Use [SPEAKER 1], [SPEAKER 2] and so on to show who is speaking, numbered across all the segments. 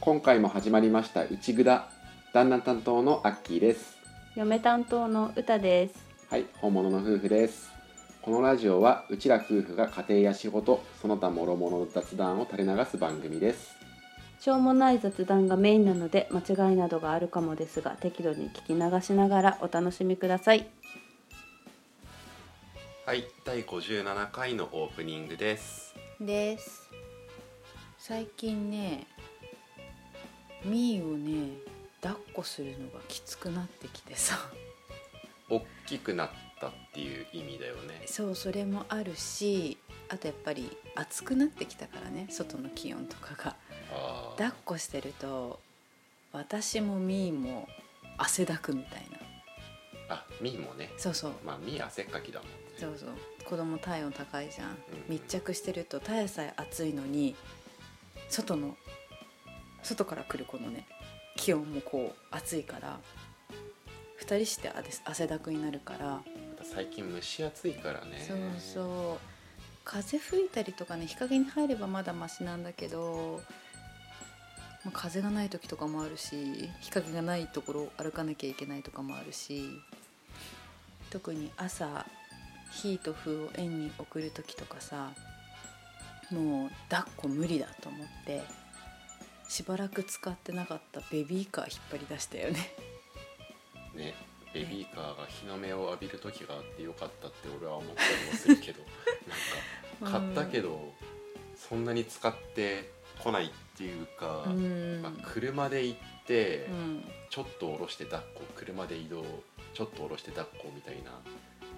[SPEAKER 1] 今回も始まりました「うちぐだ」旦那担当のアッキーです
[SPEAKER 2] 嫁担当の歌です
[SPEAKER 1] はい本物の夫婦ですこのラジオはうちら夫婦が家庭や仕事その他諸々の雑談を垂れ流す番組です
[SPEAKER 2] しょうもない雑談がメインなので間違いなどがあるかもですが適度に聞き流しながらお楽しみください
[SPEAKER 1] はい第57回のオープニングです
[SPEAKER 3] です最近ねみーをね抱っこするのがきつくなってきてさ
[SPEAKER 1] 大きくなったっていう意味だよね
[SPEAKER 3] そうそれもあるしあとやっぱり暑くなってきたからね外の気温とかが
[SPEAKER 1] あ
[SPEAKER 3] 抱っこしてると私もみーも汗だくみたいな
[SPEAKER 1] あみーもね
[SPEAKER 3] そうそう
[SPEAKER 1] まあみー汗っかきだもんね
[SPEAKER 3] そうそう子供体温高いじゃん
[SPEAKER 1] うん
[SPEAKER 3] 密着してるとたやさえ暑いのに外の外から来るこのね気温もこう暑いから2人してあで汗だくになるから、
[SPEAKER 1] 最近蒸し暑いからね
[SPEAKER 3] そうそう風吹いたりとかね日陰に入ればまだマシなんだけど、まあ風がない時とかもあるし日陰がないところを歩かなきゃいけないとかもあるし特に朝火と風を縁に送る時とかさもう抱っこ無理だと思ってしばらく使ってなかったベビーカー引っ張り出したよね。
[SPEAKER 1] ねベビーカーが日の目を浴びる時があってよかったって俺は思ったりもするけ どなんか買ったけど、そんなに使ってこないっていうか、
[SPEAKER 3] うん、
[SPEAKER 1] まあ、車で行って、
[SPEAKER 3] うん
[SPEAKER 1] ちょっと下ろして抱っこ車で移動ちょっと下ろして抱っこみたいな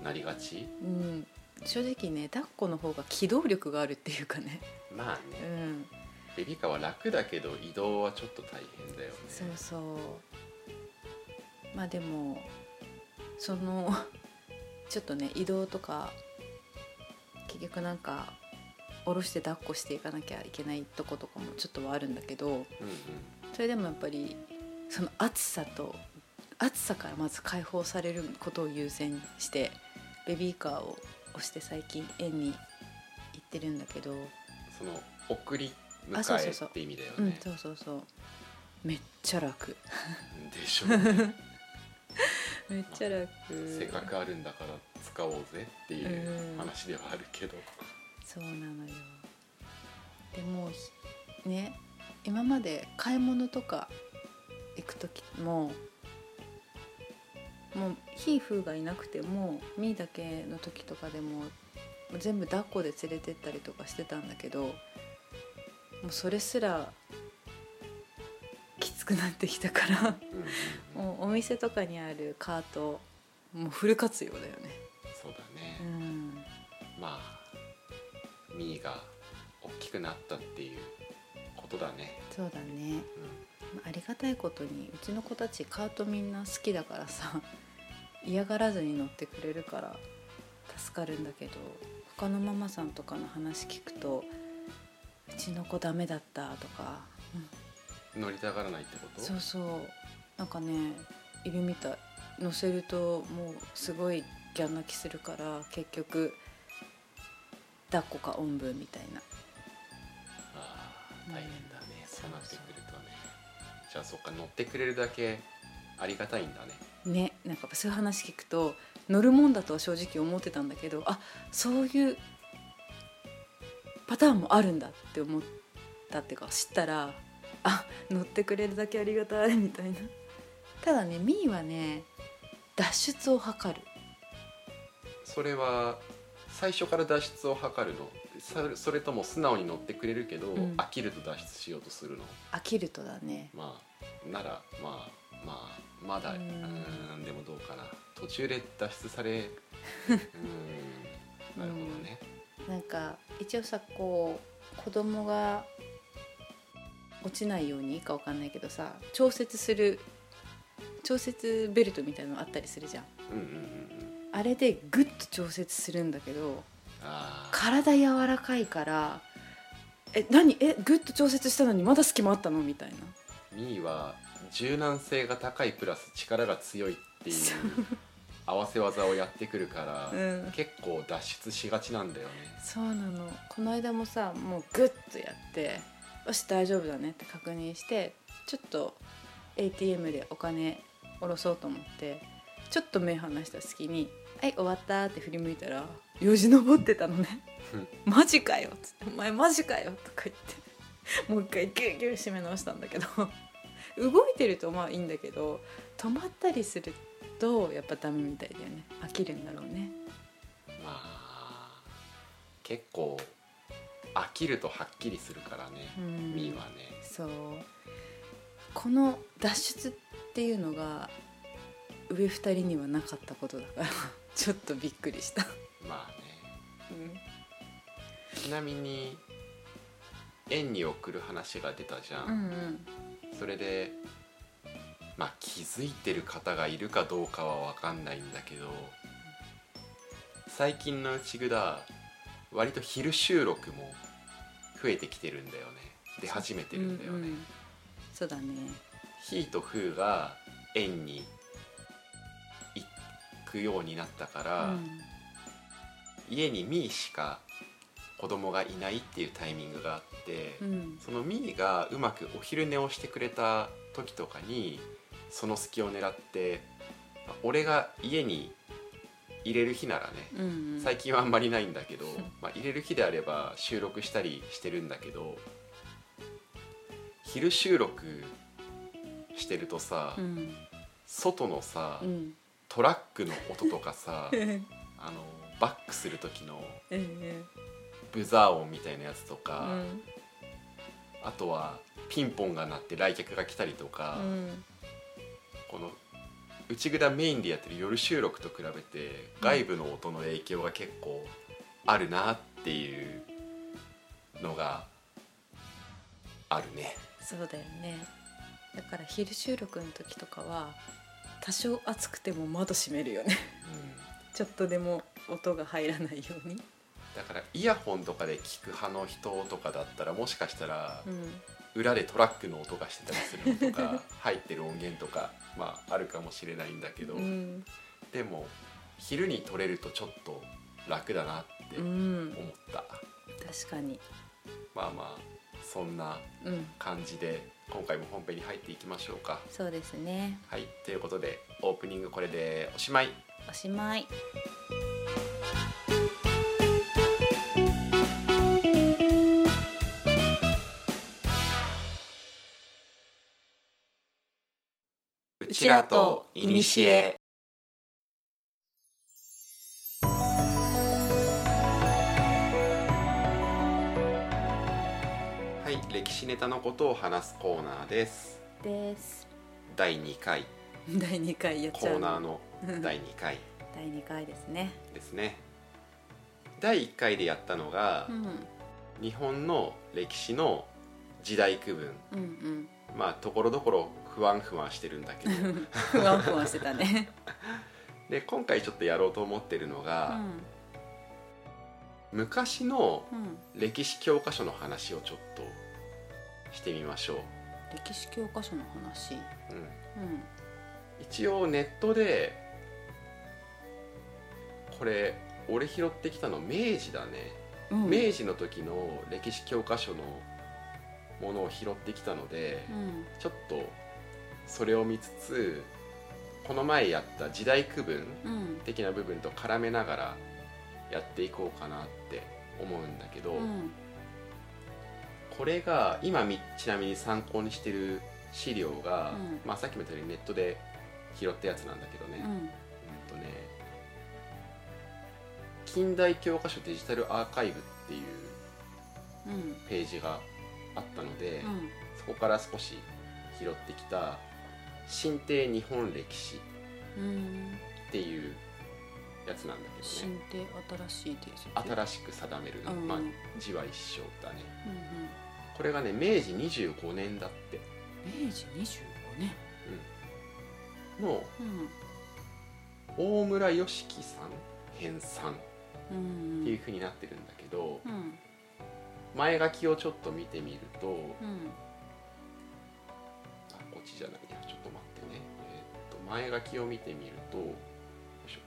[SPEAKER 1] なりがち
[SPEAKER 3] うん、正直ね抱っこの方が機動力があるっていうかね、
[SPEAKER 1] まあ
[SPEAKER 3] う
[SPEAKER 1] ね、
[SPEAKER 3] ん、
[SPEAKER 1] ベビーカーは楽だけど移動はちょっと大変だよね
[SPEAKER 3] そうそうまあでもその ちょっとね移動とか結局なんか下ろして抱っこしていかなきゃいけないとことかもちょっとはあるんだけど
[SPEAKER 1] うんうん
[SPEAKER 3] それでもやっぱりその暑さと暑さからまず解放されることを優先してベビーカーを押して最近園に行ってるんだけど。
[SPEAKER 1] その送り
[SPEAKER 3] あそ
[SPEAKER 1] 迎
[SPEAKER 3] うそ
[SPEAKER 1] え
[SPEAKER 3] うそう
[SPEAKER 1] って意味だよ
[SPEAKER 3] うん
[SPEAKER 1] ね、
[SPEAKER 3] そうそうそうめっちゃ楽
[SPEAKER 1] でしょうね
[SPEAKER 3] めっちゃ楽
[SPEAKER 1] せっかくあるんだから使おうぜっていう
[SPEAKER 3] うん
[SPEAKER 1] 話ではあるけど、
[SPEAKER 3] そうなのよでもうひね今まで買い物とか行く時ももうひーふーがいなくてもみーだけの時とかでももう全部抱っこで連れてったりとかしてたんだけどもうそれすらきつくなってきたから
[SPEAKER 1] うんうんうん
[SPEAKER 3] もうお店とかにあるカートもうフル活用だよね
[SPEAKER 1] そうだ
[SPEAKER 3] う
[SPEAKER 1] ね、
[SPEAKER 3] ん
[SPEAKER 1] まあミーが大きくなったっていうことだね、
[SPEAKER 3] そうだね
[SPEAKER 1] うん
[SPEAKER 3] ありがたいことにうちの子たちカートみんな好きだからさ嫌がらずに乗ってくれるから助かるんだけど他のママさんとかの話聞くとうちの子ダメだったとか、
[SPEAKER 1] 乗りたがらないってこと
[SPEAKER 3] そうそうなんかねいるみたい乗せるともうすごいギャン泣きするから結局抱っこかおんぶみたいな
[SPEAKER 1] ああ
[SPEAKER 3] うん
[SPEAKER 1] 大変だね、そうなってくるとねじゃあそっか乗ってくれるだけありがたいんだね
[SPEAKER 3] ねなんかそういう話聞くと乗るもんだとは正直思ってたんだけどあそういうパターンもあるんだって思ったっていうか知ったらあ乗ってくれるだけありがたいみたいなただねみーはね脱出を図る
[SPEAKER 1] それは最初から脱出を図るのそれそれとも素直に乗ってくれるけど、
[SPEAKER 3] うん
[SPEAKER 1] 飽きると脱出しようとするの
[SPEAKER 3] 飽きるとだね
[SPEAKER 1] まあならまあまあまだう
[SPEAKER 3] うん
[SPEAKER 1] ーんでもどうかな途中で脱出され うーんなるほどね
[SPEAKER 3] なんか一応さこう子供が落ちないようにいいかわかんないけどさ調節する調節ベルトみたいなのあったりするじゃん
[SPEAKER 1] うんうんうん
[SPEAKER 3] あれでグッと調節するんだけど
[SPEAKER 1] ああ
[SPEAKER 3] 体柔らかいからえ何えグッと調節したのにまだ隙間あったのみたいな
[SPEAKER 1] 2位は柔軟性が高いプラス力が強いっていう
[SPEAKER 3] そう
[SPEAKER 1] 合わせ技をやってくるから、
[SPEAKER 3] うん
[SPEAKER 1] 結構脱出しがちなんだよね
[SPEAKER 3] そうなのこの間もさもうグッとやってよし大丈夫だねって確認してちょっと ATM でお金下ろそうと思ってちょっと目離した隙に「はい終わった」って振り向いたらよじ登ってたのね「マジかよ」っつって「お前マジかよ」とか言ってもう一回ギュギュ締め直したんだけど動いてるとまあいいんだけど止まったりするとやっぱダメみたいだよね飽きるんだろうね
[SPEAKER 1] まあ結構飽きるとはっきりするからね、
[SPEAKER 3] うん
[SPEAKER 1] ミーはね
[SPEAKER 3] そうこの脱出っていうのが上2人にはなかったことだから ちょっとびっくりした、
[SPEAKER 1] まあねちなみに園に送る話が出たじゃ
[SPEAKER 3] うん、うん
[SPEAKER 1] それでまあ気づいてる方がいるかどうかは分かんないんだけど最近のうちぐだ割と昼収録も増えてきてるんだよね出始めてるんだよね、
[SPEAKER 3] うんうんそうだね
[SPEAKER 1] ヒーとフーが園に行くようになったから、
[SPEAKER 3] うん
[SPEAKER 1] 家にミーしか子供がいないっていうタイミングがあって、
[SPEAKER 3] うん
[SPEAKER 1] そのミーがうまくお昼寝をしてくれた時とかにその隙を狙ってまあ俺が家に入れる日ならね、
[SPEAKER 3] うんうん
[SPEAKER 1] 最近はあんまりないんだけ ど、まあ、入れる日であれば収録したりしてるんだけど昼収録してるとさ、
[SPEAKER 3] うん
[SPEAKER 1] 外のさ、
[SPEAKER 3] うん
[SPEAKER 1] トラックの音とか さ
[SPEAKER 3] うん
[SPEAKER 1] あのバックする時の
[SPEAKER 3] うん
[SPEAKER 1] ブザー音みたいなやつと
[SPEAKER 3] う
[SPEAKER 1] か、
[SPEAKER 3] ん
[SPEAKER 1] あとはピンポンが鳴って来客が来たりとか、
[SPEAKER 3] うん
[SPEAKER 1] この内蔵メインでやってる夜収録と比べて外部の音の影響が結構あるなっていうのがあるね
[SPEAKER 3] そうだよねだから昼収録の時とかは多少暑くても窓閉めるよね
[SPEAKER 1] うん
[SPEAKER 3] ちょっとでも音が入らないように、
[SPEAKER 1] だからイヤホンとかで聞く派の人とかだったらもしかしたら
[SPEAKER 3] うん
[SPEAKER 1] 裏でトラックの音がしてたりするのと か入ってる音源とかまああるかもしれないんだけど、
[SPEAKER 3] うん
[SPEAKER 1] でも昼に撮れるとちょっと楽だなって
[SPEAKER 3] う
[SPEAKER 1] 思
[SPEAKER 3] ん、
[SPEAKER 1] った、
[SPEAKER 3] 確かに、
[SPEAKER 1] まあまあそんな
[SPEAKER 3] うん、
[SPEAKER 1] 感じで今回も本編に入っていきましょうか。
[SPEAKER 3] そうですね
[SPEAKER 1] はい、ということでオープニングこれでおしまい。
[SPEAKER 3] おしまい
[SPEAKER 1] う
[SPEAKER 3] ちらと
[SPEAKER 1] いにしえ。はい、歴史ネタのことを話すコーナーです。
[SPEAKER 3] です
[SPEAKER 1] 第2回
[SPEAKER 3] 第2回やっ
[SPEAKER 1] コ
[SPEAKER 3] ちゃ
[SPEAKER 1] ー
[SPEAKER 3] う
[SPEAKER 1] ナーの
[SPEAKER 3] うん
[SPEAKER 1] 第2回
[SPEAKER 3] 第2回ですね
[SPEAKER 1] ですね。第1回でやったのが、
[SPEAKER 3] うん
[SPEAKER 1] 日本の歴史の時代区分
[SPEAKER 3] うん
[SPEAKER 1] まあところどころ不安不安してるんだけど
[SPEAKER 3] うんふわふわしてたね
[SPEAKER 1] で今回ちょっとやろうと思ってるの
[SPEAKER 3] う
[SPEAKER 1] が、
[SPEAKER 3] ん
[SPEAKER 1] 昔の
[SPEAKER 3] うん
[SPEAKER 1] 歴史教科書の話をちょっとしてみましょう、
[SPEAKER 3] 歴史教科書の話うん
[SPEAKER 1] うん一応ネットでこれ俺拾ってきたの明治だね、
[SPEAKER 3] うん
[SPEAKER 1] 明治の時の歴史教科書のものを拾ってきたので、
[SPEAKER 3] うん
[SPEAKER 1] ちょっとそれを見つつこの前やった時代区分
[SPEAKER 3] うん
[SPEAKER 1] 的な部分と絡めながらやっていこうかなって思うんだけど、
[SPEAKER 3] うん
[SPEAKER 1] これが今みちなみに参考にしてる資料が、
[SPEAKER 3] うん
[SPEAKER 1] まあ、さっきも言ったようにネットで拾ったやつなんだけどね,、
[SPEAKER 3] う
[SPEAKER 1] うん
[SPEAKER 3] ん
[SPEAKER 1] とね近代教科書デジタルアーカイブっていう
[SPEAKER 3] うん
[SPEAKER 1] ページがあったので、
[SPEAKER 3] うん
[SPEAKER 1] そこから少し拾ってきた「新帝日本歴史」
[SPEAKER 3] うん
[SPEAKER 1] っていうやつなんだけどね
[SPEAKER 3] 新帝新しい帝
[SPEAKER 1] 新しく定める、
[SPEAKER 3] うん
[SPEAKER 1] まあ、字は一緒だね
[SPEAKER 3] うん
[SPEAKER 1] これがね明治25年だって
[SPEAKER 3] 明治25年
[SPEAKER 1] の大村良樹さん編纂っ
[SPEAKER 3] うんうん
[SPEAKER 1] ていう風になってるんだけど
[SPEAKER 3] うん
[SPEAKER 1] 前書きをちょっと見てみると
[SPEAKER 3] うん
[SPEAKER 1] あこっちじゃないやちょっと待ってね、えーっと前書きを見てみるとよいしょ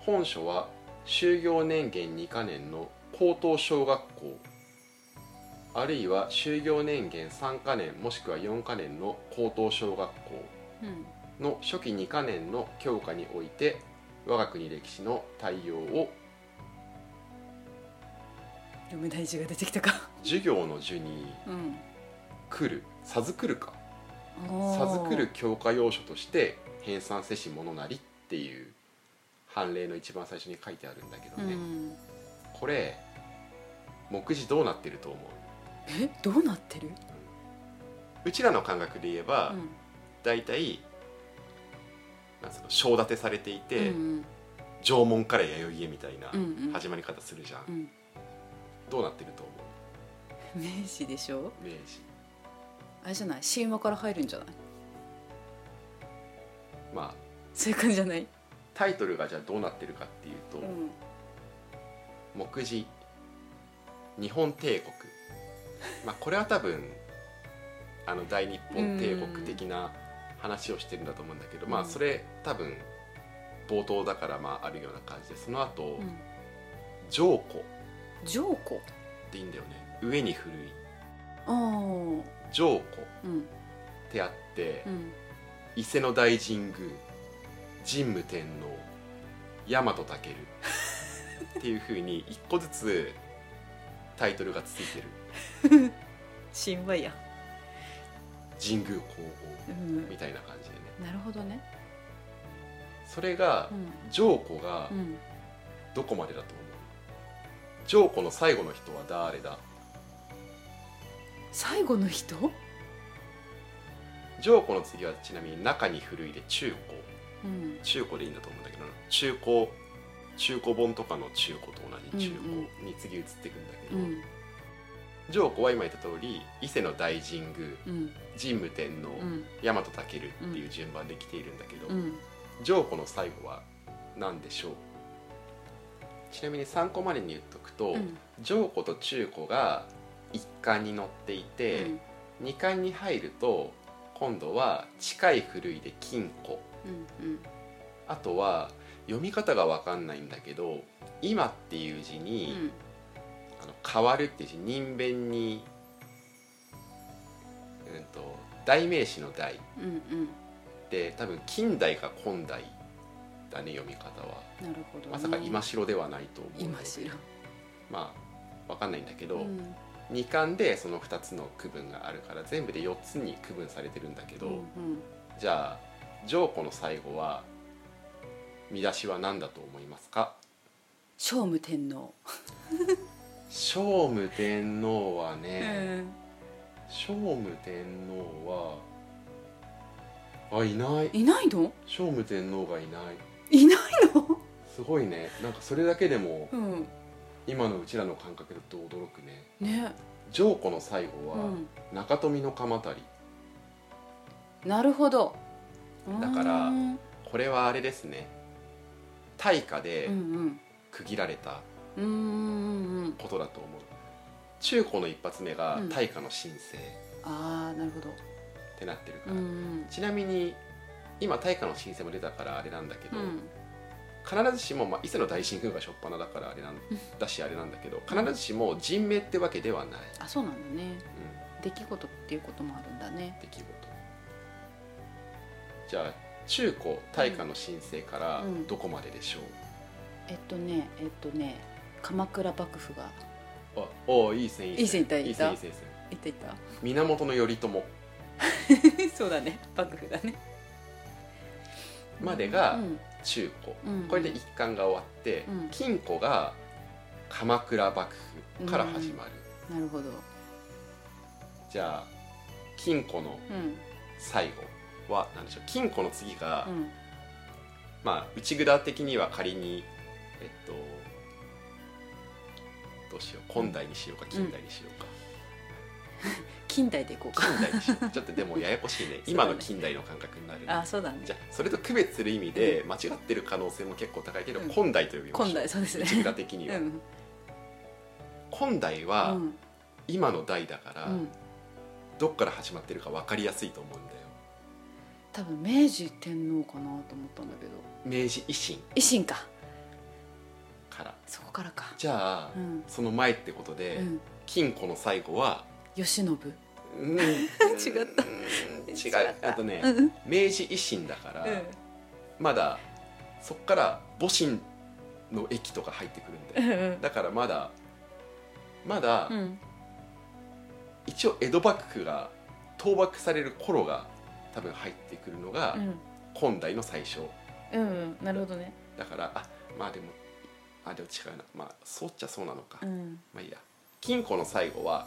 [SPEAKER 1] 本書は終業年限2か年の高等小学校あるいは終業年限3か年もしくは4か年の高等小学校
[SPEAKER 3] うん
[SPEAKER 1] の初期2か年の教科において我が国歴史の対応を
[SPEAKER 3] 嫁大事が出てきたか
[SPEAKER 1] 授業の授に
[SPEAKER 3] うん
[SPEAKER 1] 来る授くるか
[SPEAKER 3] おー
[SPEAKER 1] 授くる教科要書として編纂せし者なりっていう判例の一番最初に書いてあるんだけど
[SPEAKER 3] う
[SPEAKER 1] ね、
[SPEAKER 3] ん
[SPEAKER 1] これ目次どうなってると思う
[SPEAKER 3] えどうなってる
[SPEAKER 1] うちらの感覚で言えば、
[SPEAKER 3] うん
[SPEAKER 1] 大体なんつうの章立てされていて、
[SPEAKER 3] うん
[SPEAKER 1] 縄文から弥生へみたいな
[SPEAKER 3] うんうん
[SPEAKER 1] 始まり方するじゃん、
[SPEAKER 3] うん
[SPEAKER 1] どうなってると思
[SPEAKER 3] 明治でしょ
[SPEAKER 1] う明治
[SPEAKER 3] あれじゃない神話から入るんじゃない
[SPEAKER 1] まあ
[SPEAKER 3] そういう感じじゃない
[SPEAKER 1] タイトルがじゃあどうなってるかっていうと、
[SPEAKER 3] うん
[SPEAKER 1] 目次日本帝国まあこれは多分あの大日本帝国的な話をしてるんだと思うんだけど、
[SPEAKER 3] うん
[SPEAKER 1] まあそれ多分冒頭だからまああるような感じでその後、
[SPEAKER 3] うん
[SPEAKER 1] 上古っ
[SPEAKER 3] 上皇
[SPEAKER 1] ていいんだよね上に古い
[SPEAKER 3] ああうん
[SPEAKER 1] 上古っ
[SPEAKER 3] うん
[SPEAKER 1] てあって、伊勢の大神宮神武天皇大和武尊っていうふうに一個ずつタイトルがついてる
[SPEAKER 3] 神話や
[SPEAKER 1] 神宮皇后
[SPEAKER 3] うん
[SPEAKER 1] みたいな感じでね
[SPEAKER 3] なるほどね
[SPEAKER 1] それが
[SPEAKER 3] うん
[SPEAKER 1] 上皇が
[SPEAKER 3] うん
[SPEAKER 1] どこまでだと思う上皇の最後の人は誰だ
[SPEAKER 3] 最後の人
[SPEAKER 1] 上皇の次はちなみに中に古いで中古
[SPEAKER 3] うん
[SPEAKER 1] 中古でいいんだと思うんだけど中古中古本とかの中古と同じ中
[SPEAKER 3] うんうん
[SPEAKER 1] 古に次移っていくんだけ
[SPEAKER 3] う
[SPEAKER 1] ど、
[SPEAKER 3] ん
[SPEAKER 1] 上皇は今言った通り伊勢の大神宮
[SPEAKER 3] うん
[SPEAKER 1] 神武天皇、
[SPEAKER 3] うん
[SPEAKER 1] 大和武尊っていう順番で来ているんだけど、
[SPEAKER 3] うん
[SPEAKER 1] 上古の最後は何でしょうちなみに参考までに言っとくと、
[SPEAKER 3] うん
[SPEAKER 1] 上古と中古が一貫に乗っていて、二貫に入ると今度は近い古いで金庫
[SPEAKER 3] うんうん
[SPEAKER 1] あとは読み方が分かんないんだけど「今」っていう字
[SPEAKER 3] う
[SPEAKER 1] に
[SPEAKER 3] ん
[SPEAKER 1] 「あの変わる」っていう字人弁に、うん、と代名詞の「代
[SPEAKER 3] うんうん」
[SPEAKER 1] って多分近代か今代だね読み方は
[SPEAKER 3] なるほどね
[SPEAKER 1] まさか今城ではないと思うの
[SPEAKER 3] 今
[SPEAKER 1] で
[SPEAKER 3] しろ
[SPEAKER 1] まあ分かんないんだけど、
[SPEAKER 3] うん
[SPEAKER 1] 2巻でその2つの区分があるから全部で4つに区分されてるんだけど、
[SPEAKER 3] うん
[SPEAKER 1] じゃあ上古の最後は見出しは何だと思いますか
[SPEAKER 3] 聖武天皇
[SPEAKER 1] 聖武天皇は
[SPEAKER 3] う
[SPEAKER 1] ね、
[SPEAKER 3] ん
[SPEAKER 1] 聖武天皇はあいない
[SPEAKER 3] いないの
[SPEAKER 1] 聖武天皇がいない
[SPEAKER 3] いないの
[SPEAKER 1] すごいねなんかそれだけでも
[SPEAKER 3] うん
[SPEAKER 1] 今のうちらの感覚だと驚くね
[SPEAKER 3] ね
[SPEAKER 1] 上古の最後
[SPEAKER 3] う
[SPEAKER 1] は
[SPEAKER 3] ん
[SPEAKER 1] 中富の鎌足り
[SPEAKER 3] なるほど
[SPEAKER 1] だから
[SPEAKER 3] うん
[SPEAKER 1] これはあれですね大化
[SPEAKER 3] う
[SPEAKER 1] で
[SPEAKER 3] ん
[SPEAKER 1] 区切られた
[SPEAKER 3] うんうんうんうん
[SPEAKER 1] ことだと思う中古の一発目が
[SPEAKER 3] うん
[SPEAKER 1] 大化の申請っ
[SPEAKER 3] ああなるほど
[SPEAKER 1] てなってるか
[SPEAKER 3] う
[SPEAKER 1] ら、
[SPEAKER 3] んうん
[SPEAKER 1] ちなみに今大化の申請も出たからあれなんだけ
[SPEAKER 3] う
[SPEAKER 1] ど、
[SPEAKER 3] ん
[SPEAKER 1] 必ずしも、まあ、伊勢の大神宮が初っ端だからあれなんだしあれなんだけど必ずしも人命ってわけではない、
[SPEAKER 3] あそうなんだね
[SPEAKER 1] う
[SPEAKER 3] 出来事っていうこともあるんだね
[SPEAKER 1] ん、出来事じゃあ中古大化の申請から
[SPEAKER 3] うん
[SPEAKER 1] どこまででしょう、
[SPEAKER 3] えっとねえっとね鎌倉幕府が
[SPEAKER 1] あおおいい線いい線
[SPEAKER 3] いい線いったいった
[SPEAKER 1] いい線いい線
[SPEAKER 3] いたいた
[SPEAKER 1] 源頼朝
[SPEAKER 3] そうだね幕府だね
[SPEAKER 1] までが
[SPEAKER 3] うん
[SPEAKER 1] 中古、
[SPEAKER 3] うん
[SPEAKER 1] これで一巻が終わって、
[SPEAKER 3] うん
[SPEAKER 1] 金庫が鎌倉幕府から始まる、
[SPEAKER 3] なるほど
[SPEAKER 1] じゃあ金庫の
[SPEAKER 3] うん
[SPEAKER 1] 最後は何でしょう金庫の次が、
[SPEAKER 3] うん
[SPEAKER 1] まあ内札的には仮にえっとどうしよう今代にしようか近代にしようか、
[SPEAKER 3] 近代でいこうか
[SPEAKER 1] 近代にしようちょっとでもややこしい ね今の近代の感覚になる、
[SPEAKER 3] あそうだね
[SPEAKER 1] じゃあそれと区別する意味で間違ってる可能性も結構高いけど、
[SPEAKER 3] うん
[SPEAKER 1] 今代と呼びましょう
[SPEAKER 3] 今代そうですね
[SPEAKER 1] 内村的に
[SPEAKER 3] う
[SPEAKER 1] は、
[SPEAKER 3] ん
[SPEAKER 1] 今代
[SPEAKER 3] う
[SPEAKER 1] は
[SPEAKER 3] ん
[SPEAKER 1] 今の代だから、
[SPEAKER 3] うん
[SPEAKER 1] どっから始まってるか分かりやすいと思うんだよ
[SPEAKER 3] 多分明治天皇かなと思ったんだけど
[SPEAKER 1] 明治維新
[SPEAKER 3] 維新か
[SPEAKER 1] から
[SPEAKER 3] そこからか
[SPEAKER 1] じゃあ、
[SPEAKER 3] うん、
[SPEAKER 1] その前ってことで、
[SPEAKER 3] うん、
[SPEAKER 1] 金庫の最後 は、
[SPEAKER 3] 慶喜違っ
[SPEAKER 1] うん、違
[SPEAKER 3] た
[SPEAKER 1] 違うあとね、
[SPEAKER 3] うんうん
[SPEAKER 1] 明治維新だから、まだそっから戊辰の駅とか入ってくるんだよ
[SPEAKER 3] うん
[SPEAKER 1] だからまだまだ、
[SPEAKER 3] うん
[SPEAKER 1] 一応江戸幕府が倒幕される頃が多分入ってくるのが
[SPEAKER 3] うん
[SPEAKER 1] 今代の最初、
[SPEAKER 3] うんなるほどね
[SPEAKER 1] だからあまあでもあでも違うなまあそうっちゃそうなのか、
[SPEAKER 3] うん
[SPEAKER 1] まあいいや金庫の最後は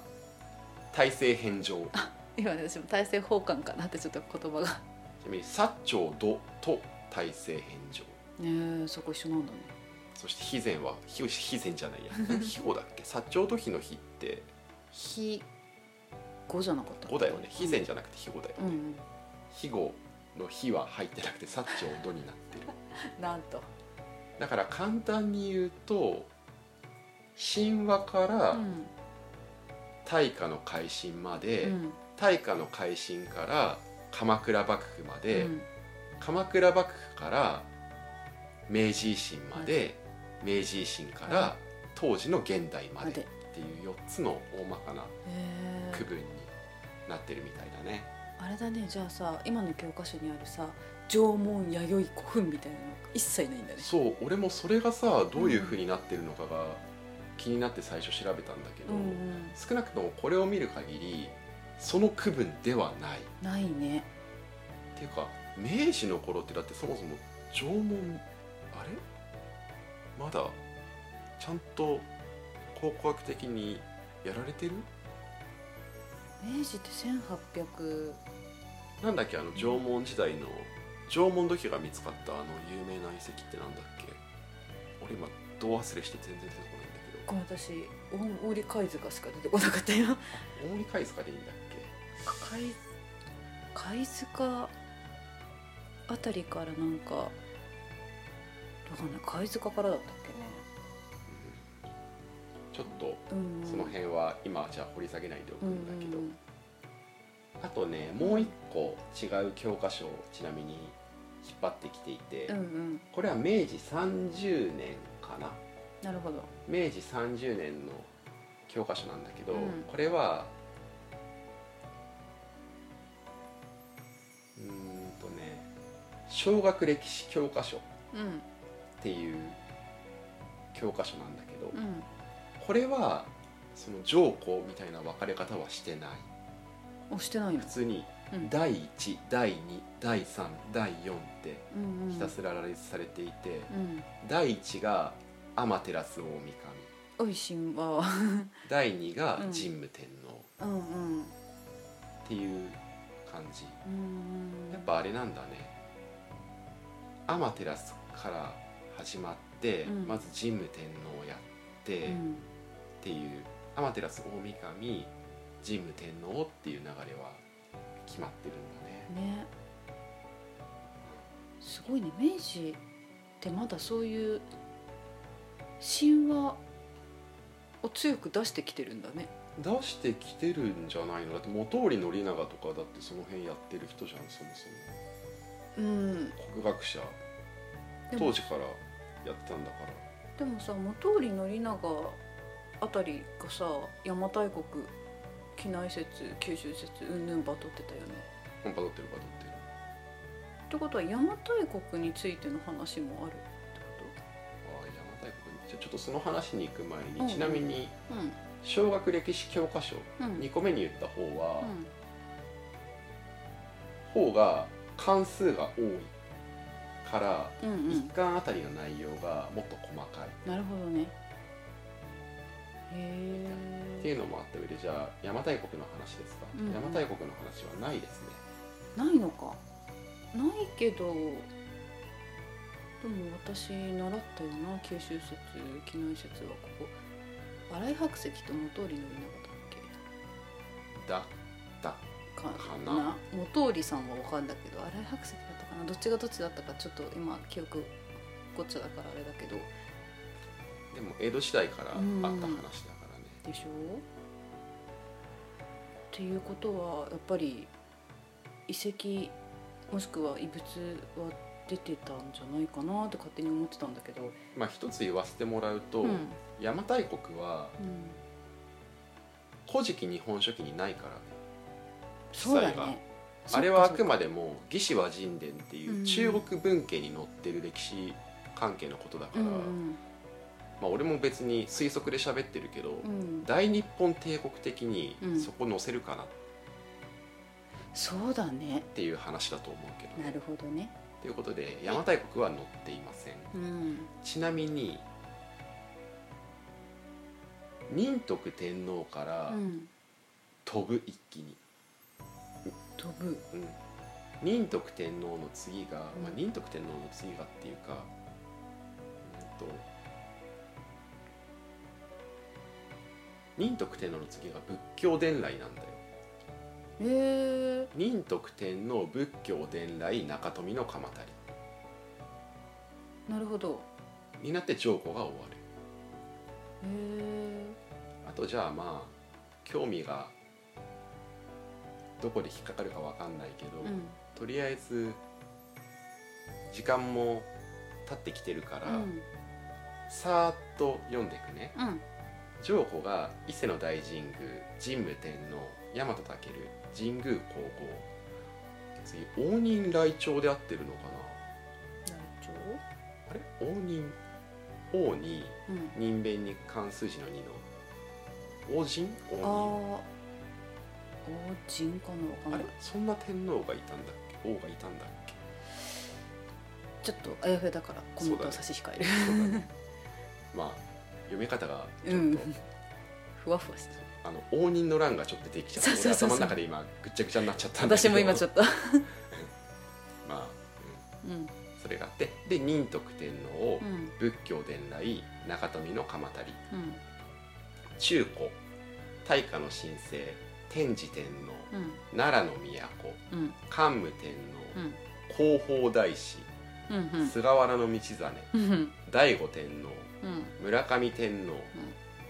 [SPEAKER 1] 大政返上
[SPEAKER 3] 今ね私も大政奉還かなってちょっと言葉が
[SPEAKER 1] ちなみに薩長土と大政返上
[SPEAKER 3] ねえそこ一緒なんだね
[SPEAKER 1] そして肥前は肥肥前じゃないや 肥後だっけ薩長土肥の肥って
[SPEAKER 3] 日五じゃなかった
[SPEAKER 1] 後だよね肥前じゃなくて肥後だよ
[SPEAKER 3] うんうん
[SPEAKER 1] 肥後の肥は入ってなくて薩長土になってる
[SPEAKER 3] なんと
[SPEAKER 1] だから簡単に言うと神話から
[SPEAKER 3] うん
[SPEAKER 1] 大化の改新まで、
[SPEAKER 3] うん
[SPEAKER 1] 大化の改新から鎌倉幕府まで、
[SPEAKER 3] うん
[SPEAKER 1] 鎌倉幕府から明治維新まで、明治維新から当時の現代ま
[SPEAKER 3] ま
[SPEAKER 1] でっ
[SPEAKER 3] で
[SPEAKER 1] ていう4つの大まかな
[SPEAKER 3] へ
[SPEAKER 1] 区
[SPEAKER 3] え
[SPEAKER 1] 分になってるみたいだね。
[SPEAKER 3] あれだねじゃあさ今の教科書にあるさ縄文弥生古墳みたいなの一切ないんだね
[SPEAKER 1] そう俺もそれがさどういう風になってるのかが気になって最初調べたんだけど、
[SPEAKER 3] うんうん
[SPEAKER 1] 少なくともこれを見る限りその区分ではない。
[SPEAKER 3] ないね
[SPEAKER 1] っていうか明治の頃ってだってそもそも縄文あれまだちゃんと考古学的にやられてる
[SPEAKER 3] 明治って1800
[SPEAKER 1] なんだっけあの縄文時代の縄文土器が見つかったあの有名な遺跡ってなんだっけ俺今どう忘れして全然出てこないんだけど
[SPEAKER 3] ごめん私大森貝塚しか出てこなかったよ
[SPEAKER 1] 大森貝塚でいいんだっ
[SPEAKER 3] 貝貝塚あたりからなんかわかんない貝塚からだったっ
[SPEAKER 1] け、うん、ちょっと
[SPEAKER 3] けねうん
[SPEAKER 1] その辺は今じゃあ掘り下げないでおく
[SPEAKER 3] うん
[SPEAKER 1] んだけど、あとねもう一個違う教科書をちなみに引っ張ってきていて、
[SPEAKER 3] うんうん
[SPEAKER 1] これは明治30年かな
[SPEAKER 3] なるほど
[SPEAKER 1] 明治30年の教科書なんだけど、
[SPEAKER 3] うん
[SPEAKER 1] これはうーんとね小学歴史教科書っ
[SPEAKER 3] うん
[SPEAKER 1] ていう教科書なんだけど、
[SPEAKER 3] うん
[SPEAKER 1] これはその上皇みたいな分かれ方はしてない
[SPEAKER 3] 押してないの
[SPEAKER 1] 普通に
[SPEAKER 3] うん
[SPEAKER 1] 第1第2第3第4って
[SPEAKER 3] うんうん
[SPEAKER 1] ひたすら羅列されていて、
[SPEAKER 3] うん
[SPEAKER 1] 第1が天照大神
[SPEAKER 3] おいしんは
[SPEAKER 1] 第2が
[SPEAKER 3] うん
[SPEAKER 1] 神武天皇
[SPEAKER 3] うんうん
[SPEAKER 1] っていう感じ、
[SPEAKER 3] うん
[SPEAKER 1] やっぱあれなんだね天照から始まって、
[SPEAKER 3] うん
[SPEAKER 1] まず神武天皇をやって、
[SPEAKER 3] う
[SPEAKER 1] っ
[SPEAKER 3] ん
[SPEAKER 1] ていう天照大神神武天皇っていう流れは決まってるんだね、
[SPEAKER 3] ねすごいね明治ってまだそういう神話を強く出してきてるんだね
[SPEAKER 1] 出してきてるんじゃないのだって元織宣長とかだってその辺やってる人じゃんそもそ
[SPEAKER 3] うん
[SPEAKER 1] も国学者
[SPEAKER 3] で
[SPEAKER 1] 当
[SPEAKER 3] も
[SPEAKER 1] 時からやってたんだから
[SPEAKER 3] でもさ元織宣長あたりがさ邪馬台国畿内説九州説うんぬんバトってたよね
[SPEAKER 1] 本場取ってるか取ってる
[SPEAKER 3] ってことは邪馬台国についての話もあるって
[SPEAKER 1] ああ邪馬台国にじゃあちょっとその話に行く前に、
[SPEAKER 3] うん
[SPEAKER 1] ちなみに
[SPEAKER 3] こと
[SPEAKER 1] 小学歴史教科書
[SPEAKER 3] うんうん
[SPEAKER 1] 2個目に言った方は、
[SPEAKER 3] うん
[SPEAKER 1] 方が関数が多いから
[SPEAKER 3] うんう
[SPEAKER 1] 一
[SPEAKER 3] ん
[SPEAKER 1] 巻あたりの内容がもっと細かい、
[SPEAKER 3] なるほどねへ
[SPEAKER 1] ってい
[SPEAKER 3] え
[SPEAKER 1] うのもあった上でじゃあ邪馬台国の話ですか、
[SPEAKER 3] うんうん
[SPEAKER 1] 邪馬台国の話はないですね
[SPEAKER 3] ないのかないけどでも私習ったよな九州説機内説はここ新井白石って元通り乗りなかったっけ
[SPEAKER 1] だだ
[SPEAKER 3] か
[SPEAKER 1] か
[SPEAKER 3] な
[SPEAKER 1] な
[SPEAKER 3] 元利さんは分かんだけど新井白石だったかなどっちがどっちだったかちょっと今記憶ごっちゃだからあれだけど
[SPEAKER 1] でも江戸時代からあった
[SPEAKER 3] うん
[SPEAKER 1] 話だからね、
[SPEAKER 3] でしょっていうことはやっぱり遺跡もしくは遺物は出てたんじゃないかなって勝手に思ってたんだけど、
[SPEAKER 1] まあ一つ言わせてもらうと、
[SPEAKER 3] うん
[SPEAKER 1] 邪馬台国は「古事記日本書紀」にないからね
[SPEAKER 3] そうだ
[SPEAKER 1] 記載が
[SPEAKER 3] ね
[SPEAKER 1] あれはあく
[SPEAKER 3] で
[SPEAKER 1] までも「魏志和人伝」っていううん中国文献に載ってる歴史関係のことだか
[SPEAKER 3] う
[SPEAKER 1] ら、
[SPEAKER 3] んうん
[SPEAKER 1] まあ、俺も別に推測で喋ってるけど、
[SPEAKER 3] うん、
[SPEAKER 1] 大日本帝国的に
[SPEAKER 3] うん
[SPEAKER 1] そこ載せるかなっ
[SPEAKER 3] そうだね
[SPEAKER 1] ていう話だと思うけど、
[SPEAKER 3] なるほどね、
[SPEAKER 1] ということで邪馬台国は載っていません
[SPEAKER 3] うん、
[SPEAKER 1] ちなみに仁徳天皇から
[SPEAKER 3] うん、
[SPEAKER 1] 飛ぶ一気に、
[SPEAKER 3] 飛ぶ
[SPEAKER 1] うん仁徳天皇の次が、
[SPEAKER 3] うん
[SPEAKER 1] まあ、仁徳天皇の次がっていうか、うんと仁徳天皇の次が仏教伝来なんだよ
[SPEAKER 3] へえ
[SPEAKER 1] 仁徳天皇仏教伝来中富の鎌足
[SPEAKER 3] なるほど
[SPEAKER 1] りになって上皇が終わる
[SPEAKER 3] へえ
[SPEAKER 1] あとじゃあまあ興味がどこで引っかかるかわかんないけど、
[SPEAKER 3] うん
[SPEAKER 1] とりあえず時間も経ってきてるから、
[SPEAKER 3] うん
[SPEAKER 1] さーっと読んでいくね
[SPEAKER 3] うん
[SPEAKER 1] 上皇が伊勢の大神宮神武天皇大和武尊神宮皇后次応仁来朝で合ってるのか
[SPEAKER 3] 大腸
[SPEAKER 1] なあれ応仁王に
[SPEAKER 3] うん
[SPEAKER 1] 人弁に漢数字の2の王神
[SPEAKER 3] ああ
[SPEAKER 1] 王
[SPEAKER 3] 王
[SPEAKER 1] 仁
[SPEAKER 3] 人かなわかん
[SPEAKER 1] あ
[SPEAKER 3] な
[SPEAKER 1] れ
[SPEAKER 3] い
[SPEAKER 1] そんな天皇がいたんだっけ王がいたんだっけ
[SPEAKER 3] ちょっとあやふやだからコメントを差し控える、
[SPEAKER 1] そうだねまあ読み方がちょっと、
[SPEAKER 3] うんふわふわしてる
[SPEAKER 1] あの応仁の乱がちょっとできちゃって
[SPEAKER 3] そうそうそうそ
[SPEAKER 1] 俺
[SPEAKER 3] う
[SPEAKER 1] 頭の中で今ぐっちゃぐちゃになっちゃったんだけ
[SPEAKER 3] 私
[SPEAKER 1] ど
[SPEAKER 3] も今ちょ
[SPEAKER 1] っ
[SPEAKER 3] っと
[SPEAKER 1] とまあ、
[SPEAKER 3] うん
[SPEAKER 1] うんそれがあってで仁徳天皇を
[SPEAKER 3] うん
[SPEAKER 1] 仏教伝来中富の鎌足り
[SPEAKER 3] うん
[SPEAKER 1] 中古大化の神聖天智天皇
[SPEAKER 3] うん
[SPEAKER 1] 奈良の都
[SPEAKER 3] うん
[SPEAKER 1] 桓武天
[SPEAKER 3] う
[SPEAKER 1] 皇
[SPEAKER 3] ん
[SPEAKER 1] 広報大師
[SPEAKER 3] うんうん
[SPEAKER 1] 菅原道真
[SPEAKER 3] うん
[SPEAKER 1] 醍醐天皇
[SPEAKER 3] うん
[SPEAKER 1] 村上天皇、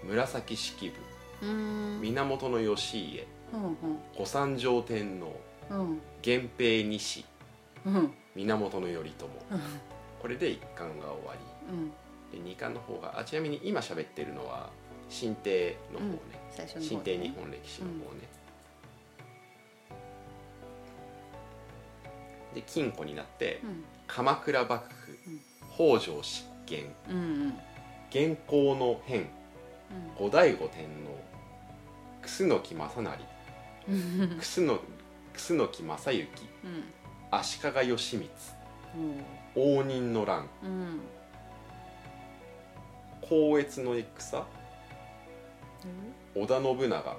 [SPEAKER 1] 紫式部
[SPEAKER 3] うん
[SPEAKER 1] 源義家
[SPEAKER 3] うんうん
[SPEAKER 1] 小三条天皇
[SPEAKER 3] うん
[SPEAKER 1] 源平西
[SPEAKER 3] うん
[SPEAKER 1] 源頼朝これで一巻が終わ
[SPEAKER 3] うん
[SPEAKER 1] りで二巻の方があちなみに今喋ってるのは新帝の方ね、
[SPEAKER 3] 最初の
[SPEAKER 1] 新
[SPEAKER 3] 方
[SPEAKER 1] 帝
[SPEAKER 3] ね
[SPEAKER 1] 日本歴史の方ね、で金庫になって鎌倉幕府
[SPEAKER 3] うん
[SPEAKER 1] 北条執権
[SPEAKER 3] うんうん
[SPEAKER 1] 元寇の変後醍醐天皇楠木正 成
[SPEAKER 3] うんうん
[SPEAKER 1] 楠楠木正幸
[SPEAKER 3] うん
[SPEAKER 1] 足利義満
[SPEAKER 3] うん
[SPEAKER 1] 応仁の乱
[SPEAKER 3] うん
[SPEAKER 1] 光悦の戦織田信長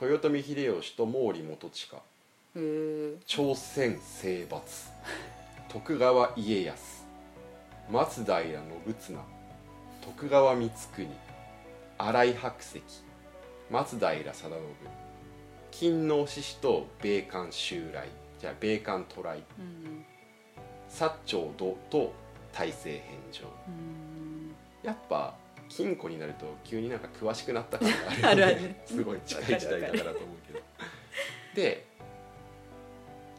[SPEAKER 1] 豊臣秀吉と毛利元親
[SPEAKER 3] へえ
[SPEAKER 1] 朝鮮征伐徳川家康松平信綱徳川光圀新井白石松平定信勤王志士と米韓襲来じゃあ米韓渡来
[SPEAKER 3] うん
[SPEAKER 1] 薩長土と大政返上
[SPEAKER 3] うん
[SPEAKER 1] やっぱ金庫になると急になんか詳しくなった感があ
[SPEAKER 3] あ
[SPEAKER 1] る
[SPEAKER 3] る
[SPEAKER 1] よ
[SPEAKER 3] あ
[SPEAKER 1] ね
[SPEAKER 3] る
[SPEAKER 1] すごい近い時代だからと思うけ どで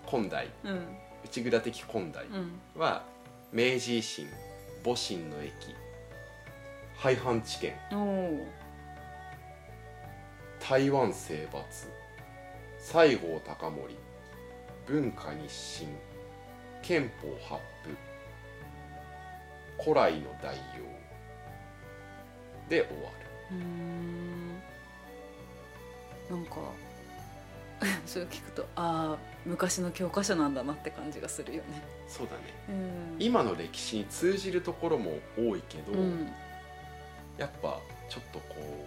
[SPEAKER 1] 本代
[SPEAKER 3] うん
[SPEAKER 1] 内蔵的本代
[SPEAKER 3] うん
[SPEAKER 1] は明治維新戊辰の役廃藩置県
[SPEAKER 3] おお
[SPEAKER 1] 台湾征伐西郷隆盛文化日清憲法発布古来の代用で終わる
[SPEAKER 3] うーんなんか それを聞くとああ昔の教科書なんだなって感じがするよね。
[SPEAKER 1] そうだね
[SPEAKER 3] うん
[SPEAKER 1] 今の歴史に通じるところも多いけど、
[SPEAKER 3] うん
[SPEAKER 1] やっぱちょっとこう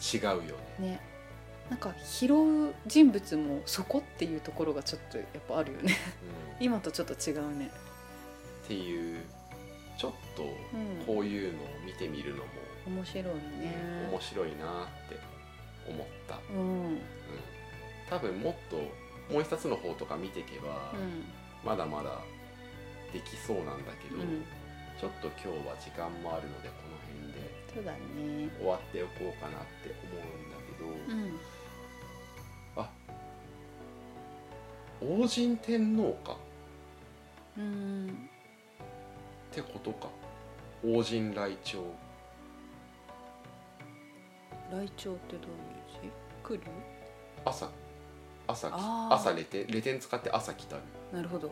[SPEAKER 1] 違うよね
[SPEAKER 3] ね、なんか拾う人物もそこっていうところがちょっとやっぱあるよね
[SPEAKER 1] うん
[SPEAKER 3] 今とちょっと違うね。
[SPEAKER 1] っていうちょっとこういうのを見てみるのも
[SPEAKER 3] う面白いね
[SPEAKER 1] 面白いなって思った、うん、
[SPEAKER 3] うんうん
[SPEAKER 1] 多分もっともう一つの方とか見ていけば、まだまだできそうなんだけ
[SPEAKER 3] う
[SPEAKER 1] ど、
[SPEAKER 3] ん
[SPEAKER 1] ちょっと今日は時間もあるのでこの辺で
[SPEAKER 3] そうだね
[SPEAKER 1] 終わっておこうかなって思うんだけど、
[SPEAKER 3] ん
[SPEAKER 1] 王神天皇かっ
[SPEAKER 3] うん
[SPEAKER 1] てことか王神来朝
[SPEAKER 3] 来朝ってどういう字来る
[SPEAKER 1] 朝朝き
[SPEAKER 3] あー
[SPEAKER 1] 朝レテレテン使って朝来たる、
[SPEAKER 3] なるほど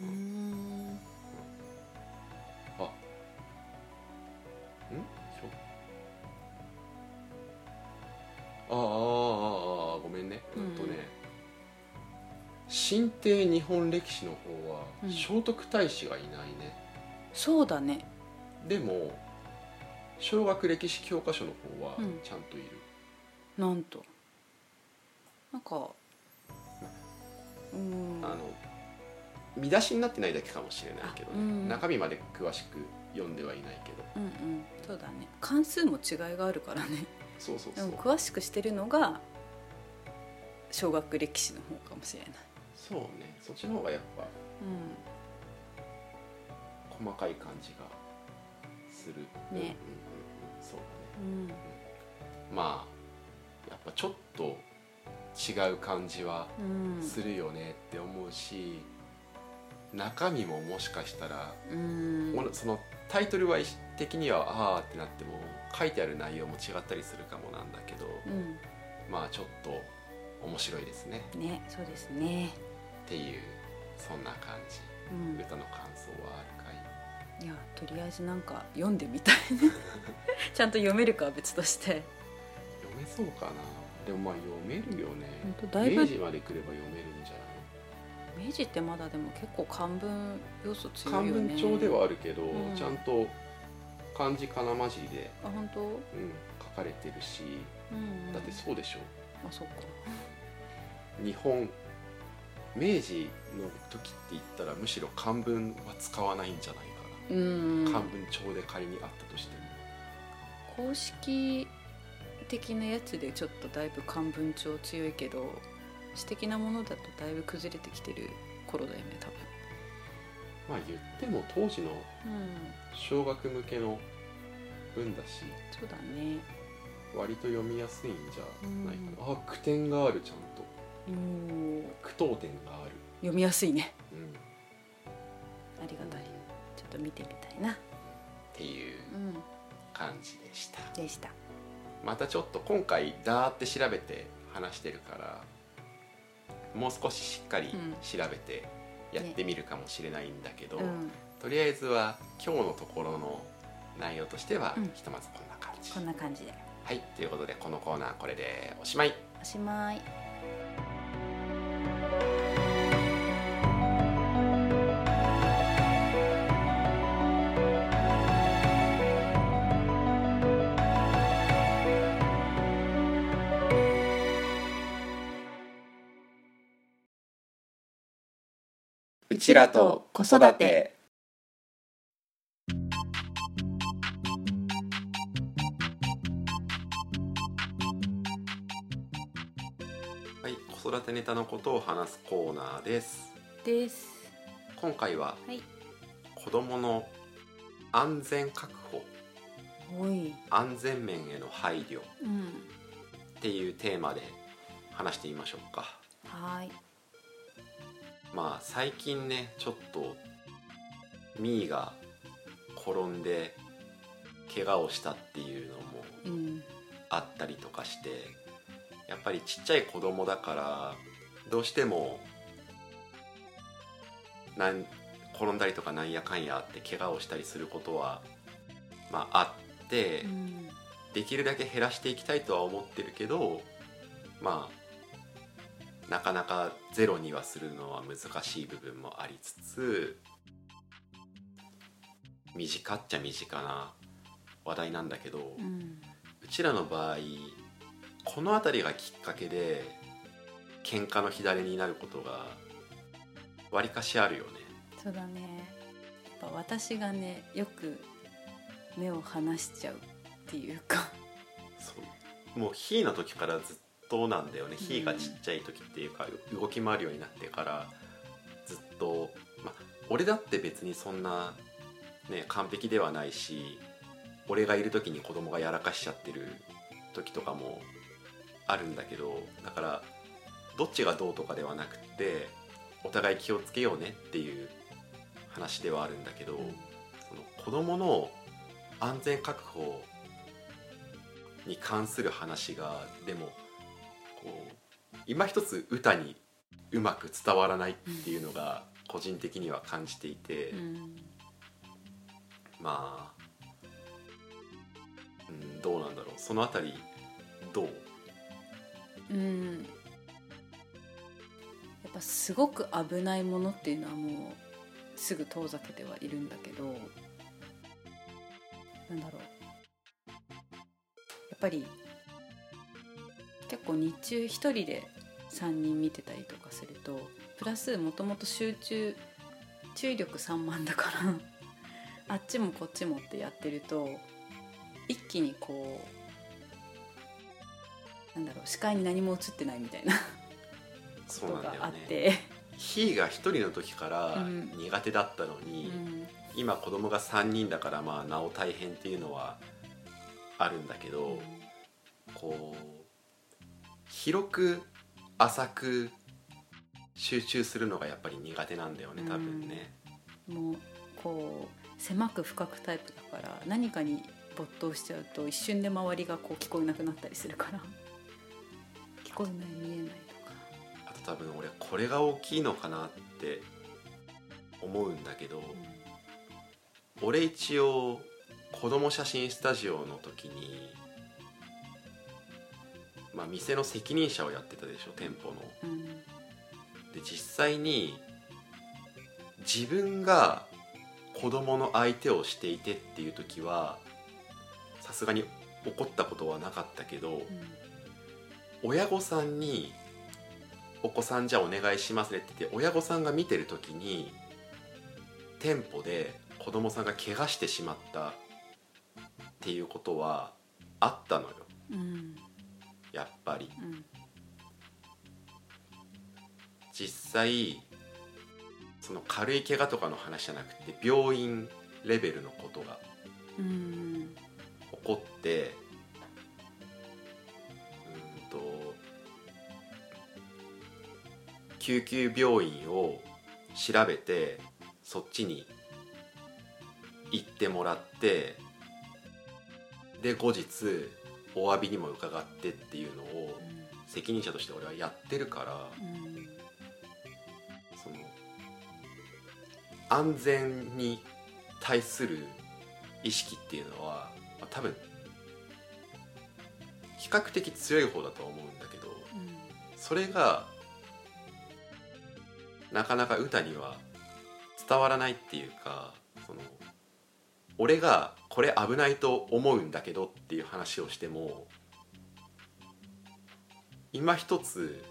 [SPEAKER 1] うんうん
[SPEAKER 3] うん
[SPEAKER 1] あんひょああああああごめんね
[SPEAKER 3] う
[SPEAKER 1] うんんとね、新帝日本歴史の方は
[SPEAKER 3] うん
[SPEAKER 1] 聖徳太子がいないね、
[SPEAKER 3] そうだね
[SPEAKER 1] でも小学歴史教科書の方は
[SPEAKER 3] うん
[SPEAKER 1] ちゃんといる、
[SPEAKER 3] なんとなんかうん
[SPEAKER 1] あの見出しになってないだけかもしれないけどね、
[SPEAKER 3] あうん
[SPEAKER 1] 中身まで詳しく読んではいないけど
[SPEAKER 3] うんうんそうだね関数も違いがあるから ね
[SPEAKER 1] そうそう
[SPEAKER 3] で
[SPEAKER 1] そう、
[SPEAKER 3] も詳しくしてるのが小学歴史の方かもしれない
[SPEAKER 1] そうねそっちの方がやっぱ細かい感じがする
[SPEAKER 3] ね
[SPEAKER 1] うんうんうんうんそうだね
[SPEAKER 3] うん、
[SPEAKER 1] まあやっぱちょっと違う感じは
[SPEAKER 3] うん
[SPEAKER 1] するよねって思うし、中身ももしかしたら、
[SPEAKER 3] うん
[SPEAKER 1] おなそのタイトルは意識的にはああーってなっても書いてある内容も違ったりするかもなんだけど、
[SPEAKER 3] う
[SPEAKER 1] まあちょっと面白いですね
[SPEAKER 3] んねそうですね
[SPEAKER 1] っていうそんな感じ
[SPEAKER 3] うん
[SPEAKER 1] 歌の感想はあるかい
[SPEAKER 3] いやとりあえずなんか読んでみたい ねちゃんと読めるかは別として
[SPEAKER 1] 読めそうかなでもまあ読めるよね
[SPEAKER 3] ほんとだいぶ
[SPEAKER 1] 明治まで来れば読めるんじゃない
[SPEAKER 3] 明治ってまだでも結構漢文要素強
[SPEAKER 1] 漢
[SPEAKER 3] いよね
[SPEAKER 1] 文帳ではあるけど、
[SPEAKER 3] うん
[SPEAKER 1] ちゃんと漢字かなまじりで、
[SPEAKER 3] あ本当
[SPEAKER 1] うん、書かれてるし
[SPEAKER 3] うんうん
[SPEAKER 1] だってそうでしょ、
[SPEAKER 3] あそっか
[SPEAKER 1] 日本明治の時って言ったらむしろ漢文は使わないんじゃないか
[SPEAKER 3] うん
[SPEAKER 1] な、漢文帳で仮にあったとしても
[SPEAKER 3] 公式的なやつでちょっとだいぶ漢文帳強いけど私的なものだとだいぶ崩れてきてる頃だよね多
[SPEAKER 1] まあ言っても当時の
[SPEAKER 3] 分うん
[SPEAKER 1] 小学向けの文だし
[SPEAKER 3] そうだね
[SPEAKER 1] 割と読みやすいんじゃないかな、あ句点があるちゃんと
[SPEAKER 3] うん
[SPEAKER 1] 句読点がある、
[SPEAKER 3] 読みやすいね
[SPEAKER 1] うん、っ
[SPEAKER 3] ありがたいちょっと見てみたいな
[SPEAKER 1] ていう
[SPEAKER 3] うん
[SPEAKER 1] 感じでした
[SPEAKER 3] でした
[SPEAKER 1] またちょっと今回ダーって調べて話してるからもう少ししっかり
[SPEAKER 3] うん
[SPEAKER 1] 調べてやってみるかもしれないんだけど、
[SPEAKER 3] うん
[SPEAKER 1] とりあえずは今日のところの内容としては、
[SPEAKER 3] うん
[SPEAKER 1] ひとまずこんな感じ
[SPEAKER 3] こんな感じで
[SPEAKER 1] はいということでこのコーナーこれでおしまい
[SPEAKER 3] おしまい
[SPEAKER 2] うちらと子育て
[SPEAKER 1] はい子育てネタのことを話すコーナーです
[SPEAKER 3] です
[SPEAKER 1] 今回は
[SPEAKER 3] はい
[SPEAKER 1] 子どもの安全確保
[SPEAKER 3] おい
[SPEAKER 1] 安全面への配慮っ
[SPEAKER 3] うん
[SPEAKER 1] ていうテーマで話してみましょうか
[SPEAKER 3] はーい
[SPEAKER 1] まあ最近ねちょっとみーが転んで怪我をしたっていうのも
[SPEAKER 3] うん
[SPEAKER 1] あったりとかしてやっぱりちっちゃい子供だからどうしてもなん転んだりとかなんやかんやあって怪我をしたりすることはまああって、
[SPEAKER 3] うん
[SPEAKER 1] できるだけ減らしていきたいとは思ってるけどまあなかなかゼロにはするのは難しい部分もありつつ短っちゃ身近な話題なんだけど、う
[SPEAKER 3] うん
[SPEAKER 1] ちらの場合この辺りがきっかけで喧嘩の火種になることがわりかしあるよね。
[SPEAKER 3] そうだねぱ私がねよく目を離しちゃうっていうか
[SPEAKER 1] そうもうヒーの時からずっとなんだよね、
[SPEAKER 3] うん
[SPEAKER 1] ヒーがちっちゃい時っていうか動き回るようになってからずっと、まあ、俺だって別にそんな、ね、完璧ではないし俺がいる時に子供がやらかしちゃってる時とかもあるんだけどだからどっちがどうとかではなくてお互い気をつけようねっていう話ではあるんだけど、その子どもの安全確保に関する話がでもこう今一つ歌にうまく伝わらないっていうのが個人的には感じていて、
[SPEAKER 3] うん
[SPEAKER 1] まあ、うん、どうなんだろうそのあたりどう
[SPEAKER 3] うんやっぱすごく危ないものっていうのはもうすぐ遠ざけてはいるんだけどなんだろうやっぱり結構日中一人で3人見てたりとかするとプラスもともと集中注意力散漫だから あっちもこっちもってやってると一気にこうなんだろう視界に何も映ってないみたいなこ
[SPEAKER 1] そう
[SPEAKER 3] と
[SPEAKER 1] なん
[SPEAKER 3] が
[SPEAKER 1] だよ
[SPEAKER 3] あっ
[SPEAKER 1] ね。
[SPEAKER 3] て。
[SPEAKER 1] ヒーが一人の時から
[SPEAKER 3] うん
[SPEAKER 1] 苦手だったのに、
[SPEAKER 3] うん
[SPEAKER 1] 今子供が3人だからまあなお大変っていうのはあるんだけど。こう広く浅く集中するのがやっぱり苦手なんだよね多分ね、
[SPEAKER 3] もうこう狭く深くタイプだから何かに没頭しちゃうと一瞬で周りがこう聞こえなくなったりするから聞こえない見えないとか
[SPEAKER 1] あと多分俺これが大きいのかなって思うんだけど、俺一応子供写真スタジオの時にまあ店の責任者をやってたでしょ店舗の。
[SPEAKER 3] うん、うん
[SPEAKER 1] で実際に自分が子供の相手をしていてっていう時はさすがに怒ったことはなかったけど親御さんに「お子さんじゃお願いしますね」って言って親御さんが見てる時に店舗で子供さんが怪我してしまったっていうことはあったのよ
[SPEAKER 3] うんうん
[SPEAKER 1] やっぱり。
[SPEAKER 3] うん
[SPEAKER 1] 実際その軽い怪我とかの話じゃなくて病院レベルのことが
[SPEAKER 3] うん
[SPEAKER 1] 起こってうーんと救急病院を調べてそっちに行ってもらってで後日お詫びにも伺ってっていうのを責任者として俺はやってるから。
[SPEAKER 3] うん
[SPEAKER 1] その安全に対する意識っていうのは、まあ多分比較的強い方だとは思うんだけどそれがなかなか歌には伝わらないっていうかその俺がこれ危ないと思うんだけどっていう話をしても今一つ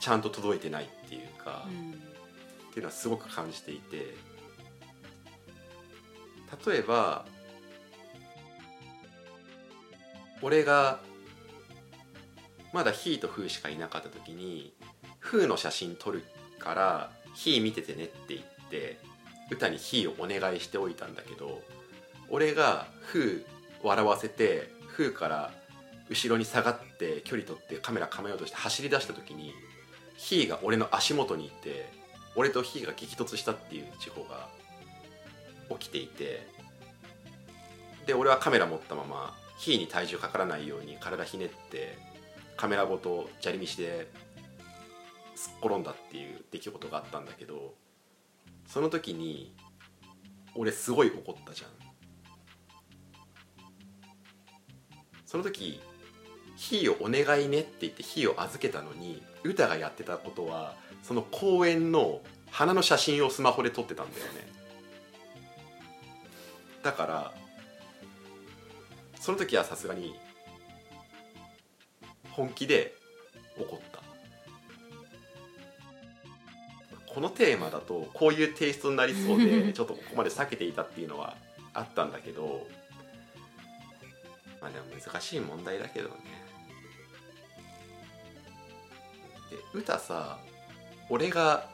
[SPEAKER 1] ちゃんと届いてないっていうか。っていうのはすごく感じていて例えば俺がまだヒーとフーしかいなかった時にフーの写真撮るからヒー見ててねって言って歌にヒーをお願いしておいたんだけど俺がフー笑わせてフーから後ろに下がって距離取ってカメラ構えようとして走り出した時にヒーが俺の足元にいて俺とヒーが激突したっていう事故が起きていてで俺はカメラ持ったままヒーに体重かからないように体ひねってカメラごと砂利道ですっ転んだっていう出来事があったんだけどその時に俺すごい怒ったじゃんその時ヒーをお願いねって言ってヒーを預けたのに歌がやってたことはその公園の花の写真をスマホで撮ってたんだよねだからその時はさすがに本気で怒ったこのテーマだとこういうテイストになりそうでちょっとここまで避けていたっていうのはあったんだけどまあでも難しい問題だけどねで歌さ俺が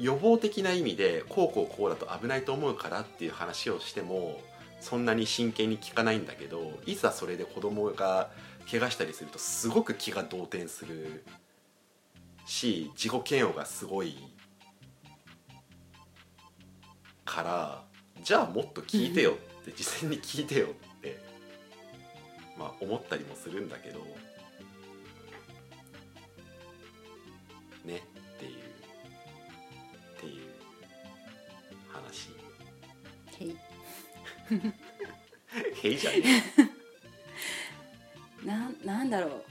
[SPEAKER 1] 予防的な意味でこうこうこうだと危ないと思うからっていう話をしてもそんなに真剣に聞かないんだけどいざそれで子供が怪我したりするとすごく気が動転するし自己嫌悪がすごいからじゃあもっと聞いてよって事前に聞いてよってまあ思ったりもするんだけどねっていうっていう話。
[SPEAKER 3] はい
[SPEAKER 1] へいじゃねえ
[SPEAKER 3] なんなんだろ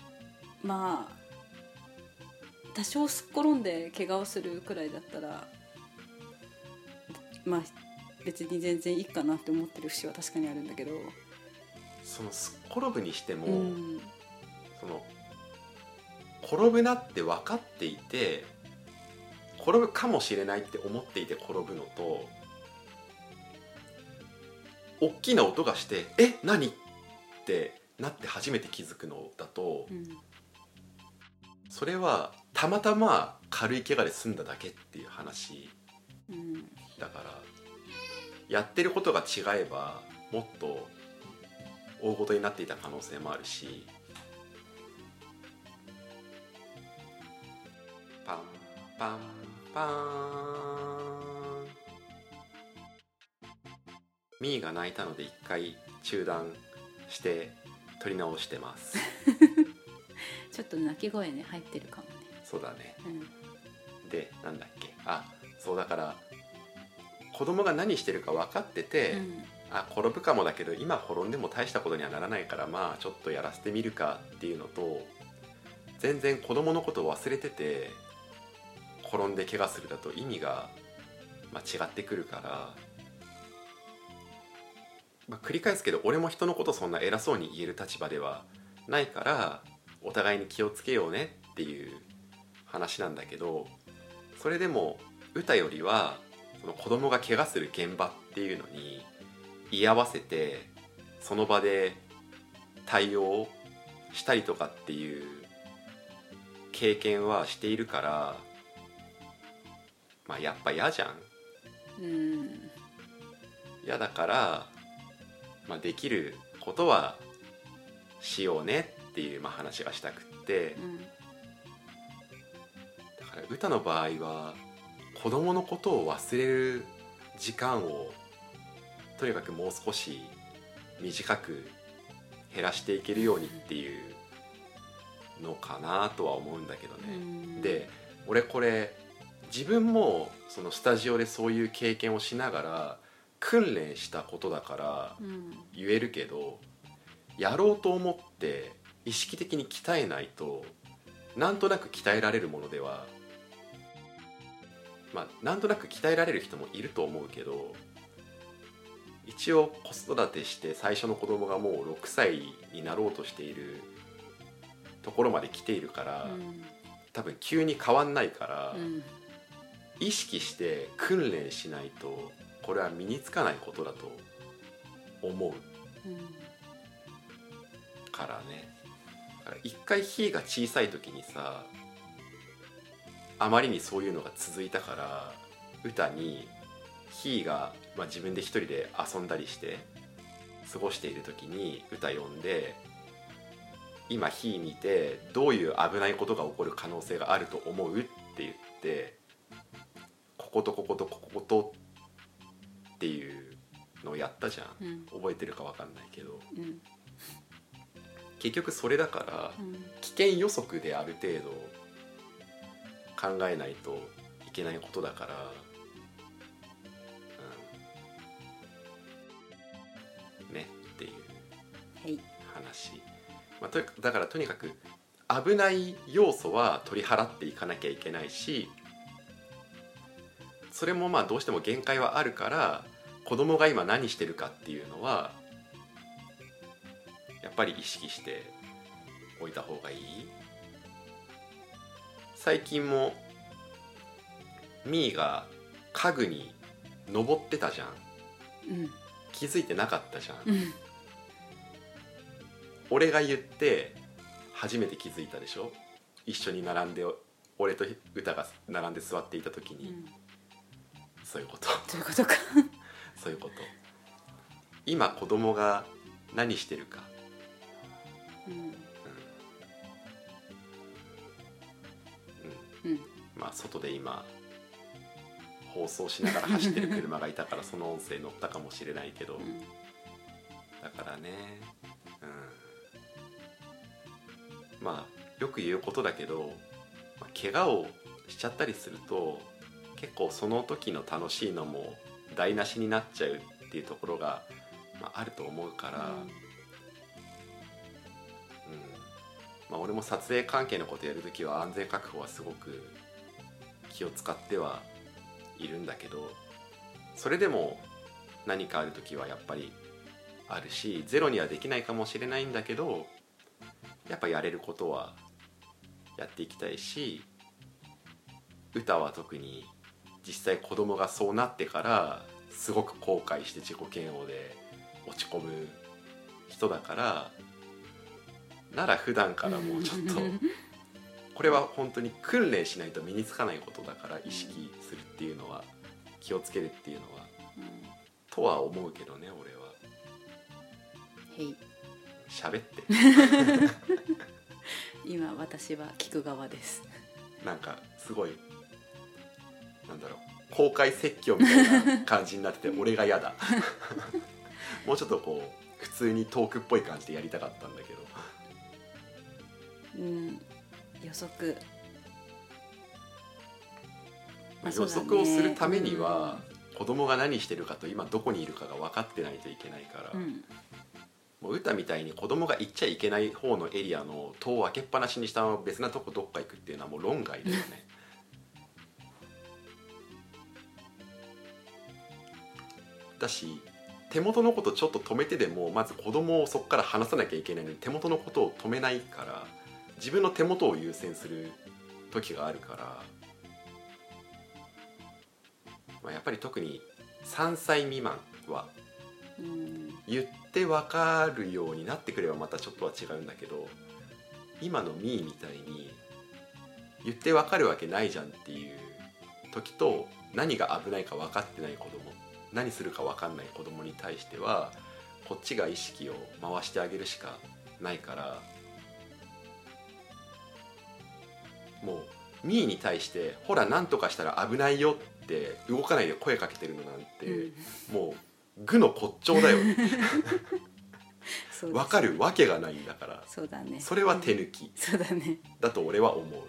[SPEAKER 3] うまあ多少すっ転んで怪我をするくらいだったらまあ別に全然いいかなって思ってる節は確かにあるんだけど、
[SPEAKER 1] そのすっ転ぶにしても、
[SPEAKER 3] うん、
[SPEAKER 1] その転ぶなって分かっていて転ぶかもしれないって思っていて転ぶのと大きな音がして「え何?」ってなって初めて気づくのだと
[SPEAKER 3] うん、
[SPEAKER 1] それはたまたま軽い怪我で済んだだけっていう話
[SPEAKER 3] うん、
[SPEAKER 1] だからやってることが違えばもっと大ごとになっていた可能性もあるしパンパンパンミーが泣いたので一回中断して撮り直してます
[SPEAKER 3] ちょっと泣き声ね入ってるかもね、
[SPEAKER 1] そうだね
[SPEAKER 3] うん、
[SPEAKER 1] でなんだっけあそうだから子供が何してるか分かってて、
[SPEAKER 3] うん
[SPEAKER 1] あ転ぶかもだけど今転んでも大したことにはならないからまあちょっとやらせてみるかっていうのと全然子供のことを忘れてて転んで怪我するだと意味が、まあ、違ってくるから、まあ、繰り返すけど俺も人のことそんな偉そうに言える立場ではないからお互いに気をつけようねっていう話なんだけどそれでも歌よりはその子供が怪我する現場っていうのに居合わせてその場で対応したりとかっていう経験はしているからまあやっぱ嫌じゃん
[SPEAKER 3] うん
[SPEAKER 1] 嫌だから、まあ、できることはしようねっていう、まあ、話がしたくって
[SPEAKER 3] うん
[SPEAKER 1] だから歌の場合は子供のことを忘れる時間をとにかくもう少し短く減らしていけるようにっていうのかなとは思うんだけど
[SPEAKER 3] う
[SPEAKER 1] ね。
[SPEAKER 3] ん
[SPEAKER 1] で俺これ自分もそのスタジオでそういう経験をしながら訓練したことだから
[SPEAKER 3] うん
[SPEAKER 1] 言えるけどやろうと思って意識的に鍛えないとなんとなく鍛えられるものではまあなんとなく鍛えられる人もいると思うけど一応子育てして最初の子供がもう6歳になろうとしているところまで来ているから、
[SPEAKER 3] うん
[SPEAKER 1] 多分急に変わんないから、
[SPEAKER 3] うん
[SPEAKER 1] 意識して訓練しないとこれは身につかないことだと思う
[SPEAKER 3] うん
[SPEAKER 1] からねだから一回火が小さい時にさあまりにそういうのが続いたから歌に火が、まあ、自分で一人で遊んだりして過ごしている時に歌呼んで今火見てどういう危ないことが起こる可能性があると思うって言ってこことこことこことっていうのをやったじゃん
[SPEAKER 3] うん
[SPEAKER 1] 覚えてるか分かんないけど
[SPEAKER 3] うん
[SPEAKER 1] 結局それだから
[SPEAKER 3] うん
[SPEAKER 1] 危険予測である程度考えないといけないことだから、うん、ねっていう
[SPEAKER 3] はい
[SPEAKER 1] 話、まあ、とにかくだからとにかく危ない要素は取り払っていかなきゃいけないしそれもまあどうしても限界はあるから子供が今何してるかっていうのはやっぱり意識しておいた方がいい最近もミーが家具に登ってたじゃん
[SPEAKER 3] うん
[SPEAKER 1] 気づいてなかったじゃん、
[SPEAKER 3] うん
[SPEAKER 1] 俺が言って初めて気づいたでしょ一緒に並んで俺と歌が並んで座っていた時に、そういうこと
[SPEAKER 3] ということか
[SPEAKER 1] そういうこと今子供が何してるか
[SPEAKER 3] うん
[SPEAKER 1] う
[SPEAKER 3] うん
[SPEAKER 1] まあ外で今放送しながら走ってる車がいたからその音声乗ったかもしれないけど、
[SPEAKER 3] うん
[SPEAKER 1] だからねうんまあよく言うことだけど、まあ、怪我をしちゃったりすると結構その時の楽しいのも台無しになっちゃうっていうところが、まあ、あると思うから、うんまあ、俺も撮影関係のことやる時は安全確保はすごく気を使ってはいるんだけどそれでも何かある時はやっぱりあるしゼロにはできないかもしれないんだけどやっぱやれることはやっていきたいし歌は特に実際子供がそうなってからすごく後悔して自己嫌悪で落ち込む人だからなら普段からもうちょっ とこれは本当に訓練しないと身につかないことだから意識するっていうのは気をつけるっていうのは
[SPEAKER 3] うん
[SPEAKER 1] とは思うけどね俺は
[SPEAKER 3] へい
[SPEAKER 1] 喋って。
[SPEAKER 3] 今私は聞く側です
[SPEAKER 1] なんかすごいなんだろう公開説教みたいな感じにな ってて俺が嫌だもうちょっとこう普通にトークっぽい感じでやりたかったんだけど
[SPEAKER 3] うん予測
[SPEAKER 1] まあ
[SPEAKER 3] そ
[SPEAKER 1] 予
[SPEAKER 3] うだね
[SPEAKER 1] 測をするためには、子供が何してるかと今どこにいるかが分かってないといけないから、
[SPEAKER 3] うん
[SPEAKER 1] もう歌みたいに子供が行っちゃいけない方のエリアの戸を開けっぱなしにしたまま別なとこどっか行くっていうのはもう論外だよねだし手元のことちょっと止めてでもまず子供をそこから離さなきゃいけないのに手元のことを止めないから自分の手元を優先する時があるから、まあ、やっぱり特に3歳未満は
[SPEAKER 3] うん
[SPEAKER 1] 言ってわかるようになってくればまたちょっとは違うんだけど今のミーみたいに言ってわかるわけないじゃんっていう時と何が危ないか分かってない子供何するか分かんない子供に対してはこっちが意識を回してあげるしかないからもうミーに対して「ほら何とかしたら危ないよ」って動かないで声かけてるのなんて、
[SPEAKER 3] うん
[SPEAKER 1] もう愚の骨頂だよ
[SPEAKER 3] そうです
[SPEAKER 1] わかるわけがないんだから
[SPEAKER 3] そうだね
[SPEAKER 1] それは手抜き
[SPEAKER 3] そうだね
[SPEAKER 1] だと俺は思う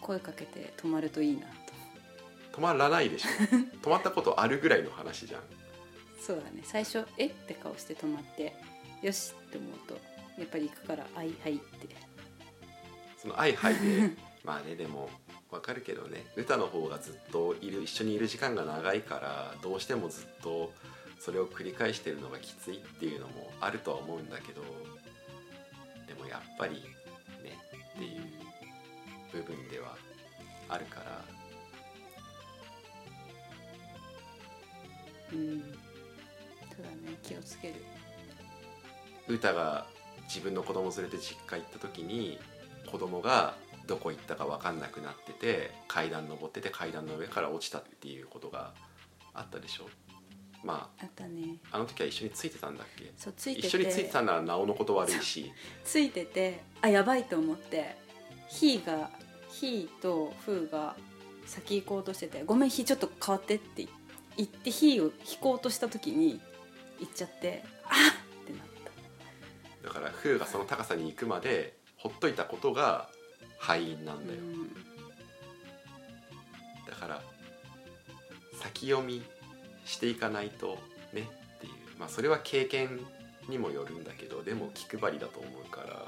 [SPEAKER 3] 声かけて止まるといいなと
[SPEAKER 1] 止まらないでしょ止まったことあるぐらいの話じゃん
[SPEAKER 3] そうだね最初「えっ?」て顔して止まって「よし」って思うとやっぱり行くから「はいはい」って
[SPEAKER 1] その「はいはい」でまあねでもわかるけどね歌の方がずっといる一緒にいる時間が長いからどうしてもずっとそれを繰り返してるのがきついっていうのもあるとは思うんだけどでもやっぱりねっていう部分ではあるから
[SPEAKER 3] うんそうだね気をつける
[SPEAKER 1] 歌が自分の子供連れて実家行った時に子供がどこ行ったか分かんなくなってて階段登ってて階段の上から落ちたっていうことがあったでしょま
[SPEAKER 3] あったね
[SPEAKER 1] ああの時は一緒についてたんだっけ
[SPEAKER 3] そうついてて
[SPEAKER 1] 一緒についてたならなおのこと悪いし
[SPEAKER 3] ついててあやばいと思ってひーがひーとふーが先行こうとしてて「ごめんひーちょっと変わって」って言ってひーを引こうとした時に行っちゃって「あっ!」ってなった
[SPEAKER 1] だからフーがその高さに行くまでほっといたことが敗因なんだよ
[SPEAKER 3] うん
[SPEAKER 1] だから先読みしていかないとねっていうまあそれは経験にもよるんだけどでも気配りだと思うから。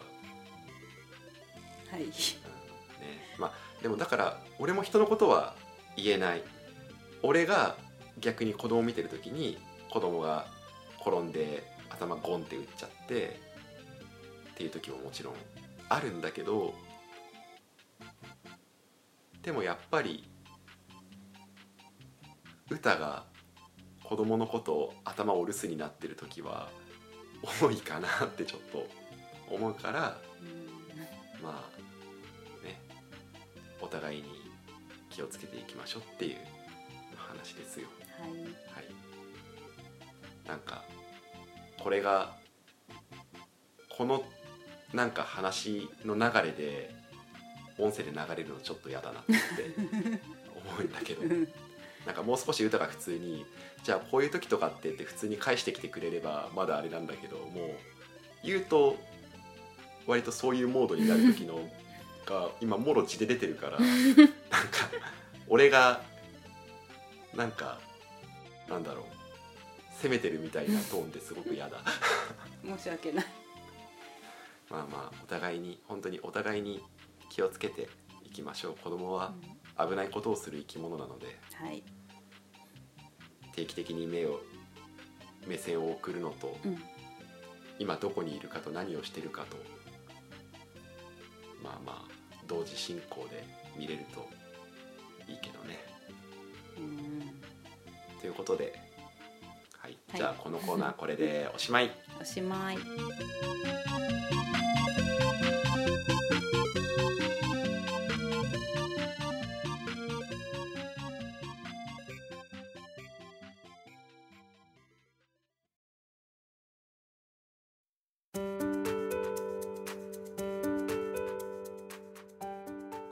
[SPEAKER 3] はい
[SPEAKER 1] うんねまあ、でもだから俺も人のことは言えない俺が逆に子供を見てる時に子供が転んで頭ゴンって打っちゃってっていう時ももちろんあるんだけどでもやっぱり歌が子供のことを頭をお留守になってる時は多いかなってちょっと思うからまあねお互いに気をつけていきましょうっていう話ですよ。
[SPEAKER 3] はい
[SPEAKER 1] はい、なんかこれがこのなんか話の流れで音声で流れるのちょっと嫌だなって思うんだけど
[SPEAKER 3] うん
[SPEAKER 1] なんかもう少し歌が普通にじゃあこういう時とかってって普通に返してきてくれればまだあれなんだけどもう言うと割とそういうモードになる時のが今もろ血で出てるからなんか俺がなんかなんだろう責めてるみたいなトーンですごく嫌だ
[SPEAKER 3] 申し訳ない
[SPEAKER 1] まあまあお互いに本当にお互いに気をつけていきましょう子供は危ないことをする生き物なので。
[SPEAKER 3] はい
[SPEAKER 1] 定期的に目を目線を送るのと
[SPEAKER 3] うん
[SPEAKER 1] 今どこにいるかと何をしてるかとまあまあ同時進行で見れるといいけどね。
[SPEAKER 3] うん
[SPEAKER 1] ということで、はい、
[SPEAKER 3] はい
[SPEAKER 1] じゃあこのコー ナーこれでおしまい。
[SPEAKER 3] おしまい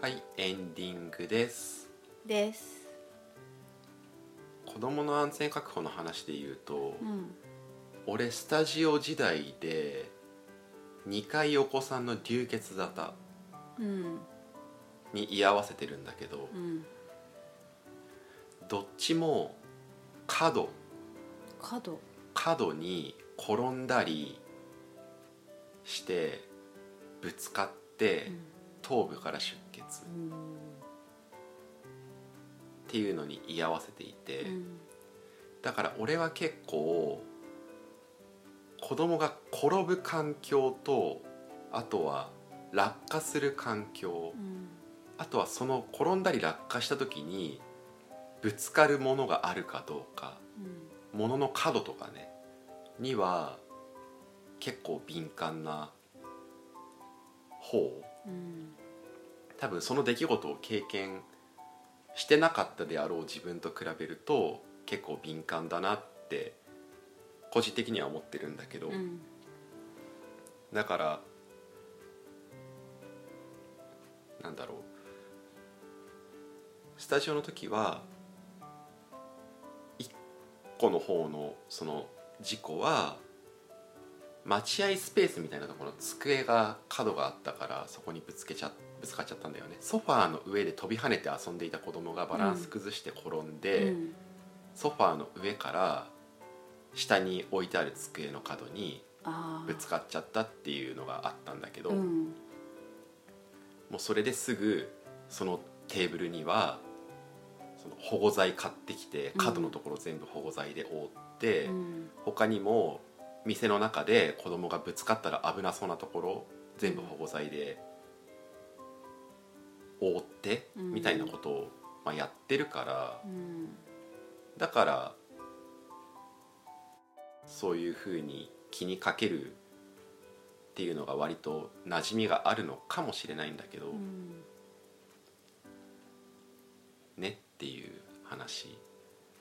[SPEAKER 1] はいエンディングです。
[SPEAKER 3] です
[SPEAKER 1] 子供の安全確保の話で言うと、
[SPEAKER 3] うん
[SPEAKER 1] 俺スタジオ時代で2回お子さんの流血沙汰
[SPEAKER 3] うん
[SPEAKER 1] に居合わせてるんだけど。
[SPEAKER 3] うん
[SPEAKER 1] どっちも角
[SPEAKER 3] 角
[SPEAKER 1] 角に転んだりしてぶつかって頭部から出血っ
[SPEAKER 3] うん
[SPEAKER 1] ていうのに居合わせていて、
[SPEAKER 3] うん
[SPEAKER 1] だから俺は結構子供が転ぶ環境とあとは落下する環境
[SPEAKER 3] うん
[SPEAKER 1] あとはその転んだり落下した時にぶつかるものがあるかどうか
[SPEAKER 3] うん
[SPEAKER 1] ものの角とかねには結構敏感な方
[SPEAKER 3] うん
[SPEAKER 1] 多分その出来事を経験してなかったであろう自分と比べると結構敏感だなって個人的には思ってるんだけど、
[SPEAKER 3] うん
[SPEAKER 1] だからなんだろうスタジオの時は1個の方のその事故は待合スペースみたいなところの机が角があったからそこにぶつけちゃぶつかっちゃったんだよねソファーの上で飛び跳ねて遊んでいた子供がバランス崩して転んで、
[SPEAKER 3] うん
[SPEAKER 1] ソファーの上から下に置いてある机の角に
[SPEAKER 3] あー
[SPEAKER 1] ぶつかっちゃったっていうのがあったんだけど、
[SPEAKER 3] う
[SPEAKER 1] も
[SPEAKER 3] ん
[SPEAKER 1] うそれですぐそのテーブルにはその保護剤買ってきて
[SPEAKER 3] うん
[SPEAKER 1] 角のところ全部保護剤で覆って、
[SPEAKER 3] うん
[SPEAKER 1] 他にも店の中で子供がぶつかったら危なそうなところ全部保護剤で覆って
[SPEAKER 3] うん
[SPEAKER 1] みたいなことを、まあ、やってるから
[SPEAKER 3] うん
[SPEAKER 1] だからそういうふうに気にかけるっていうのが割と馴染みがあるのかもしれないんだけど、
[SPEAKER 3] うん
[SPEAKER 1] ねっていう話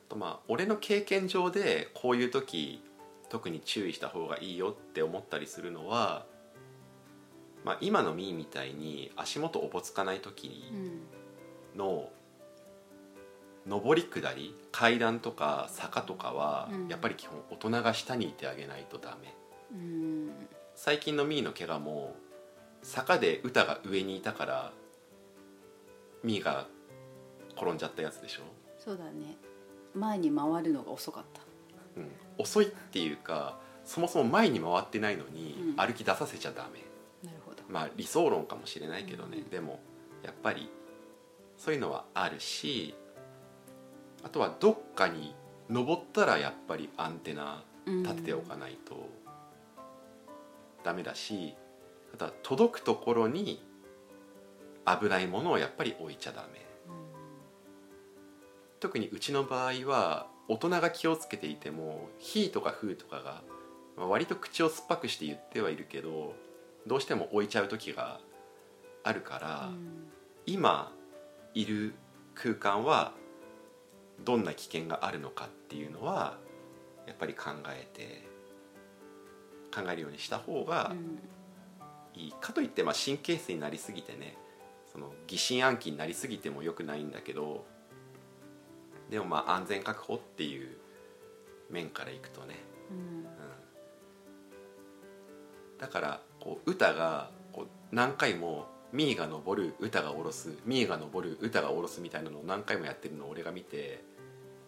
[SPEAKER 1] あとまあ俺の経験上でこういう時特に注意した方がいいよって思ったりするのは、まあ、今のミーみたいに足元おぼつかない時に、
[SPEAKER 3] うん
[SPEAKER 1] の上り下り階段とか坂とかは、
[SPEAKER 3] うん
[SPEAKER 1] やっぱり基本大人が下にいてあげないとダメ
[SPEAKER 3] うん
[SPEAKER 1] 最近のミーの怪我も坂で歌が上にいたからミーが転んじゃったやつでしょ、
[SPEAKER 3] そうだね前に回るのが遅かった
[SPEAKER 1] うん、遅いっていうかそもそも前に回ってないの
[SPEAKER 3] う
[SPEAKER 1] に
[SPEAKER 3] ん
[SPEAKER 1] 歩き出させちゃダメ、
[SPEAKER 3] なるほど
[SPEAKER 1] まあ理想論かもしれないけどね、
[SPEAKER 3] うん
[SPEAKER 1] でもやっぱりそういうのはあるしあとはどっかに登ったらやっぱりアンテナ立てておかないとダメだし、あとは届くところに危ないものをやっぱり置いちゃダメ
[SPEAKER 3] うん
[SPEAKER 1] 特にうちの場合は大人が気をつけていても「ひ」とか「ふ」とかが、まあ、割と口を酸っぱくして言ってはいるけどどうしても置いちゃう時があるから、今いる空間はどんな危険があるのかっていうのはやっぱり考えて考えるようにした方がいい、かといってまあ神経質になりすぎてねその疑心暗鬼になりすぎてもよくないんだけどでもまあ安全確保っていう面からいくとね、うんだからこう歌がこう何回も「ミーが登る歌が下ろすミーが登る歌が下ろす」みたいなのを何回もやってるのを俺が見て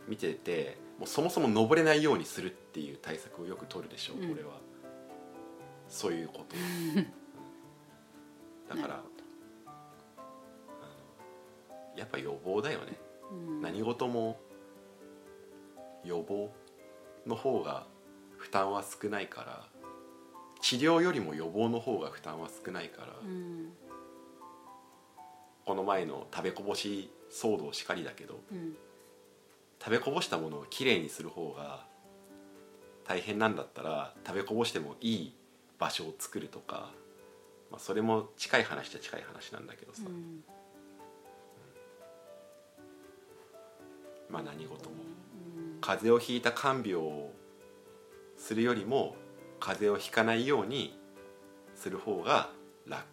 [SPEAKER 1] 見ててもうそもそも登れないようにするっていう対策をよく取るでしょう、
[SPEAKER 3] うん
[SPEAKER 1] 俺はそういうことだからあのやっぱ予防だよね何事も予防の方が負担は少ないから治療よりも予防の方が負担は少ないから、この前の食べこぼし騒動しかりだけど食べこぼしたものをきれいにする方が大変なんだったら食べこぼしてもいい場所を作るとか、まあ、それも近い話じゃ近い話なんだけどさ、まあ何事も。風邪をひいた看病をするよりも風邪をひかないようにする方が楽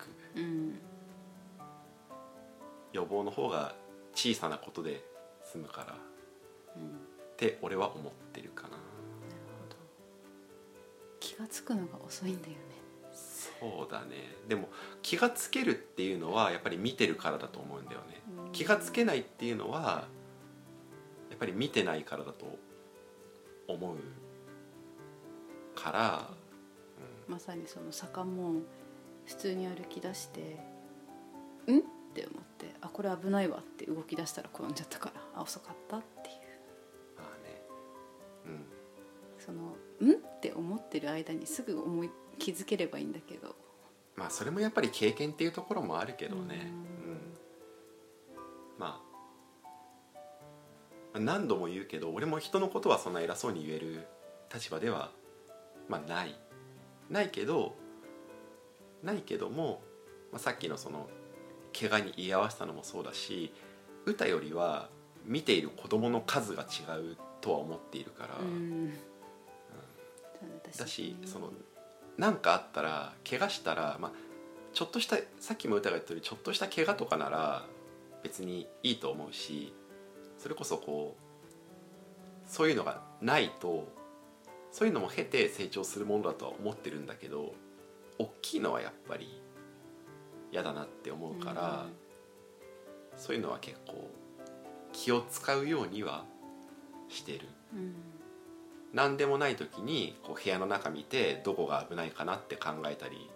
[SPEAKER 1] 予防の方が小さなことで済むからって俺は思ってるかな
[SPEAKER 3] 気がつくのが遅いんだよね
[SPEAKER 1] そうだねでも気がつけるっていうのはやっぱり見てるからだと思うんだよね気がつけないっていうのはやっぱり見てないからだと思うから
[SPEAKER 3] まさにその坂も普通に歩き出して「ん?」って思って「あこれ危ないわ」って動き出したら転んじゃったからあ遅かったっていう
[SPEAKER 1] まあねうん
[SPEAKER 3] その「ん?」って思ってる間にすぐ思い気づければいいんだけど
[SPEAKER 1] まあそれもやっぱり経験っていうところもあるけどね、
[SPEAKER 3] うん
[SPEAKER 1] うんまあ何度も言うけど俺も人のことはそんな偉そうに言える立場ではまあないないけどないけども、まあ、さっきのその怪我に居合わせたのもそうだし歌よりは見ている子どもの数が違うとは思っているから。
[SPEAKER 3] うん
[SPEAKER 1] だしそのなんかあったら怪我したら、まあ、ちょっとしたさっきも歌が言ったようにちょっとした怪我とかなら別にいいと思うしそれこそこうそういうのがないとそういうのも経て成長するものだとは思ってるんだけど大きいのはやっぱり嫌だなって思うから、そういうのは結構気を使うようにはしてる。
[SPEAKER 3] うん
[SPEAKER 1] 何でもない時にこう部屋の中見てどこが危ないかなって考えたり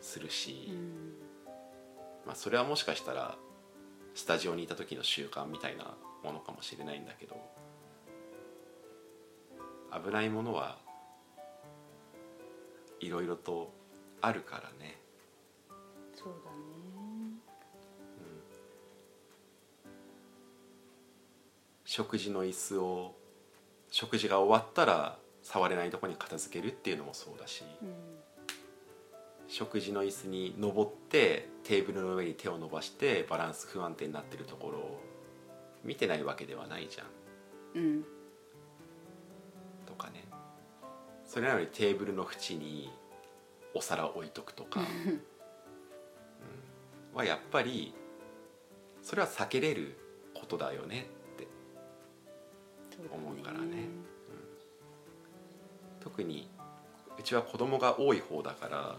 [SPEAKER 1] するし、
[SPEAKER 3] うん
[SPEAKER 1] まあ、それはもしかしたらスタジオにいた時の習慣みたいなものかもしれないんだけど危ないものはいろいろとあるからね、
[SPEAKER 3] そうだね
[SPEAKER 1] うん、食事の椅子を食事が終わったら触れないとこに片付けるっていうのもそうだし。
[SPEAKER 3] うん
[SPEAKER 1] 食事の椅子に登ってテーブルの上に手を伸ばしてバランス不安定になってるところを見てないわけではないじゃん
[SPEAKER 3] うん
[SPEAKER 1] とかねそれなのにテーブルの縁にお皿置いとくとか、うんはやっぱりそれは避けれることだよねって
[SPEAKER 3] そうだね
[SPEAKER 1] 思うからね特にうちは子供が多い方だから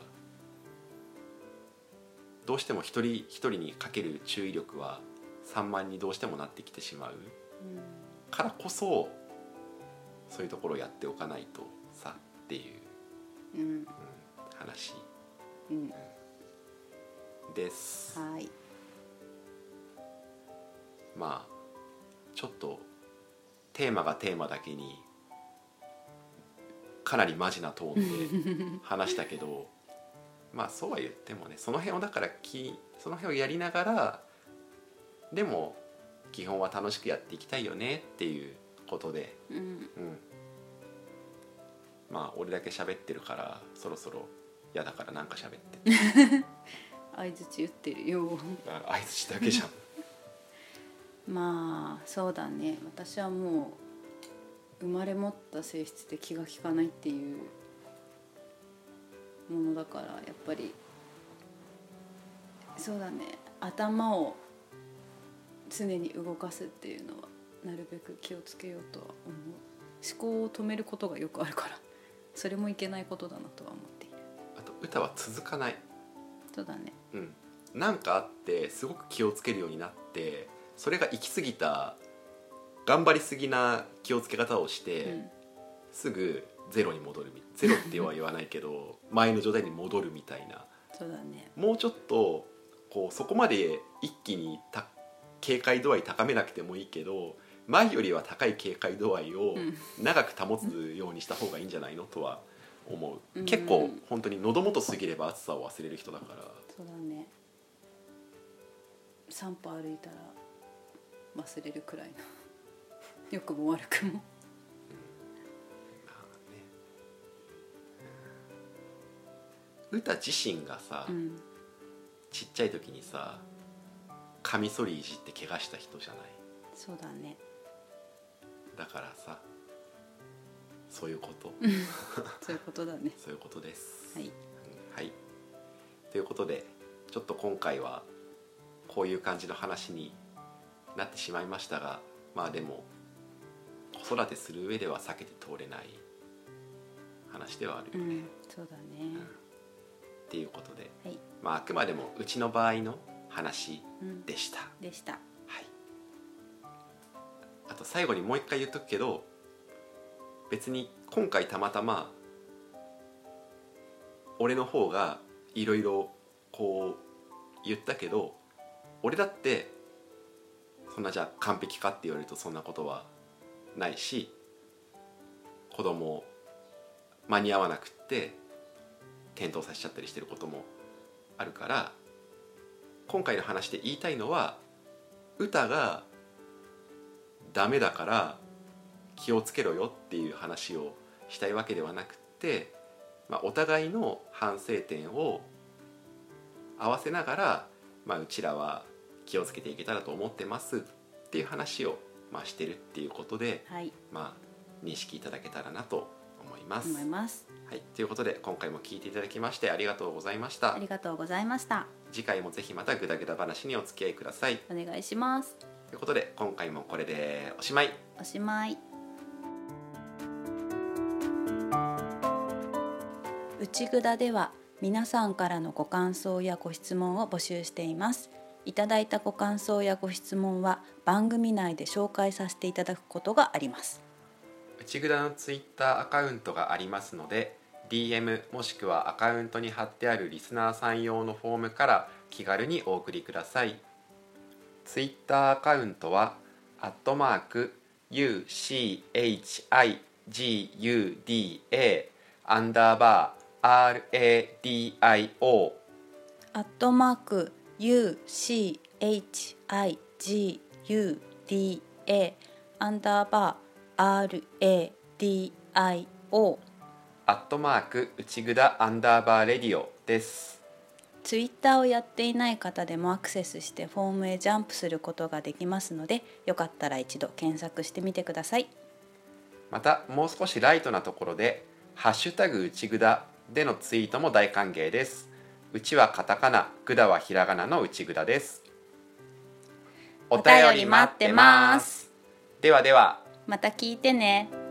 [SPEAKER 1] どうしても一人一人にかける注意力は散漫にどうしてもなってきてしまう
[SPEAKER 3] うん
[SPEAKER 1] からこそそういうところをやっておかないとさっていう
[SPEAKER 3] うん
[SPEAKER 1] 話
[SPEAKER 3] うん
[SPEAKER 1] です。
[SPEAKER 3] はい
[SPEAKER 1] まあちょっとテーマがテーマだけにかなりマジなトーンで話したけどまあそうは言ってもねその辺をだからきその辺をやりながらでも基本は楽しくやっていきたいよねっていうことで、
[SPEAKER 3] うん
[SPEAKER 1] うん、まあ俺だけ喋ってるからそろそろ嫌だからなんか喋って
[SPEAKER 3] 相づち打ってるよ
[SPEAKER 1] あ相づちだけじゃん
[SPEAKER 3] まあそうだね私はもう生まれ持った性質で気が利かないっていうものだからやっぱりそうだね頭を常に動かすっていうのはなるべく気をつけようとは思う思考を止めることがよくあるからそれもいけないことだなとは思っている
[SPEAKER 1] あと歌は続かない
[SPEAKER 3] そうだね
[SPEAKER 1] うん、なんかあってすごく気をつけるようになってそれが行き過ぎた頑張りすぎな気をつけ方をして、
[SPEAKER 3] うん
[SPEAKER 1] すぐゼロに戻るみゼロっては言わないけど 前の状態に戻るみたいな
[SPEAKER 3] そうだね
[SPEAKER 1] もうちょっとこうそこまで一気にた警戒度合い高めなくてもいいけど前よりは高い警戒度合いを
[SPEAKER 3] うん
[SPEAKER 1] 長く保つようにした方がいいんじゃないのとは思う、
[SPEAKER 3] うん
[SPEAKER 1] 結構本当に喉元過ぎれば暑さを忘れる人だから。
[SPEAKER 3] そうだね3歩歩いたら忘れるくらいな 良くも悪くも
[SPEAKER 1] まあねうん歌自身がさ、
[SPEAKER 3] うん
[SPEAKER 1] ちっちゃい時にさカミソリいじって怪我した人じゃない
[SPEAKER 3] そうだね
[SPEAKER 1] だからさそういうこと
[SPEAKER 3] そういうことだね
[SPEAKER 1] そういうことです
[SPEAKER 3] はい
[SPEAKER 1] うんはいということでちょっと今回はこういう感じの話になってしまいましたがまあでも子育てする上では避けて通れない話ではあるよね
[SPEAKER 3] う、んそうだね
[SPEAKER 1] っていうことで、
[SPEAKER 3] はい
[SPEAKER 1] まあ、あくまでもうちの場合の話
[SPEAKER 3] うん
[SPEAKER 1] でした、
[SPEAKER 3] でした
[SPEAKER 1] はい、あと最後にもう一回言っとくけど別に今回たまたま俺の方がいろいろこう言ったけど俺だってそんなじゃあ完璧かって言われるとそんなことはないし子供間に合わなくって転倒させちゃったりしてることもあるから今回の話で言いたいのは歌がダメだから気をつけろよっていう話をしたいわけではなくって、まあ、お互いの反省点を合わせながら、まあ、うちらは気をつけていけたらと思ってますっていう話を、まあ、してるっていうことで、
[SPEAKER 3] はい
[SPEAKER 1] まあ、認識いただけたらなと思います。
[SPEAKER 3] 思います
[SPEAKER 1] はい、ということで今回も聞いていただきましてありがとうございました
[SPEAKER 3] ありがとうございました
[SPEAKER 1] 次回もぜひまたグダグダ話にお付き合いください
[SPEAKER 3] お願いします
[SPEAKER 1] ということで今回もこれでおしまい
[SPEAKER 3] おしまいうちぐだでは皆さんからのご感想やご質問を募集していますいただいたご感想やご質問は番組内で紹介させていただくことがあります
[SPEAKER 1] 内ぐだのツイッターアカウントがありますので DM もしくはアカウントに貼ってあるリスナーさん用のフォームから気軽にお送りくださいツイッターアカウントは「アットマーク #UCHIGUDA アンダーバー RADIO」
[SPEAKER 3] アットマーク UCHIGUDA アンダーバー RADIO
[SPEAKER 1] アットマーク内ぐだアンダーバーレディオです
[SPEAKER 3] ツイッターをやっていない方でもアクセスしてフォームへジャンプすることができますのでよかったら一度検索してみてください
[SPEAKER 1] またもう少しライトなところで「ハッシュタグうちぐだ」でのツイートも大歓迎ですうちはカタカナぐだはひらがなのうちぐだですお
[SPEAKER 3] 便り待ってます
[SPEAKER 1] ではでは
[SPEAKER 3] また聞いてね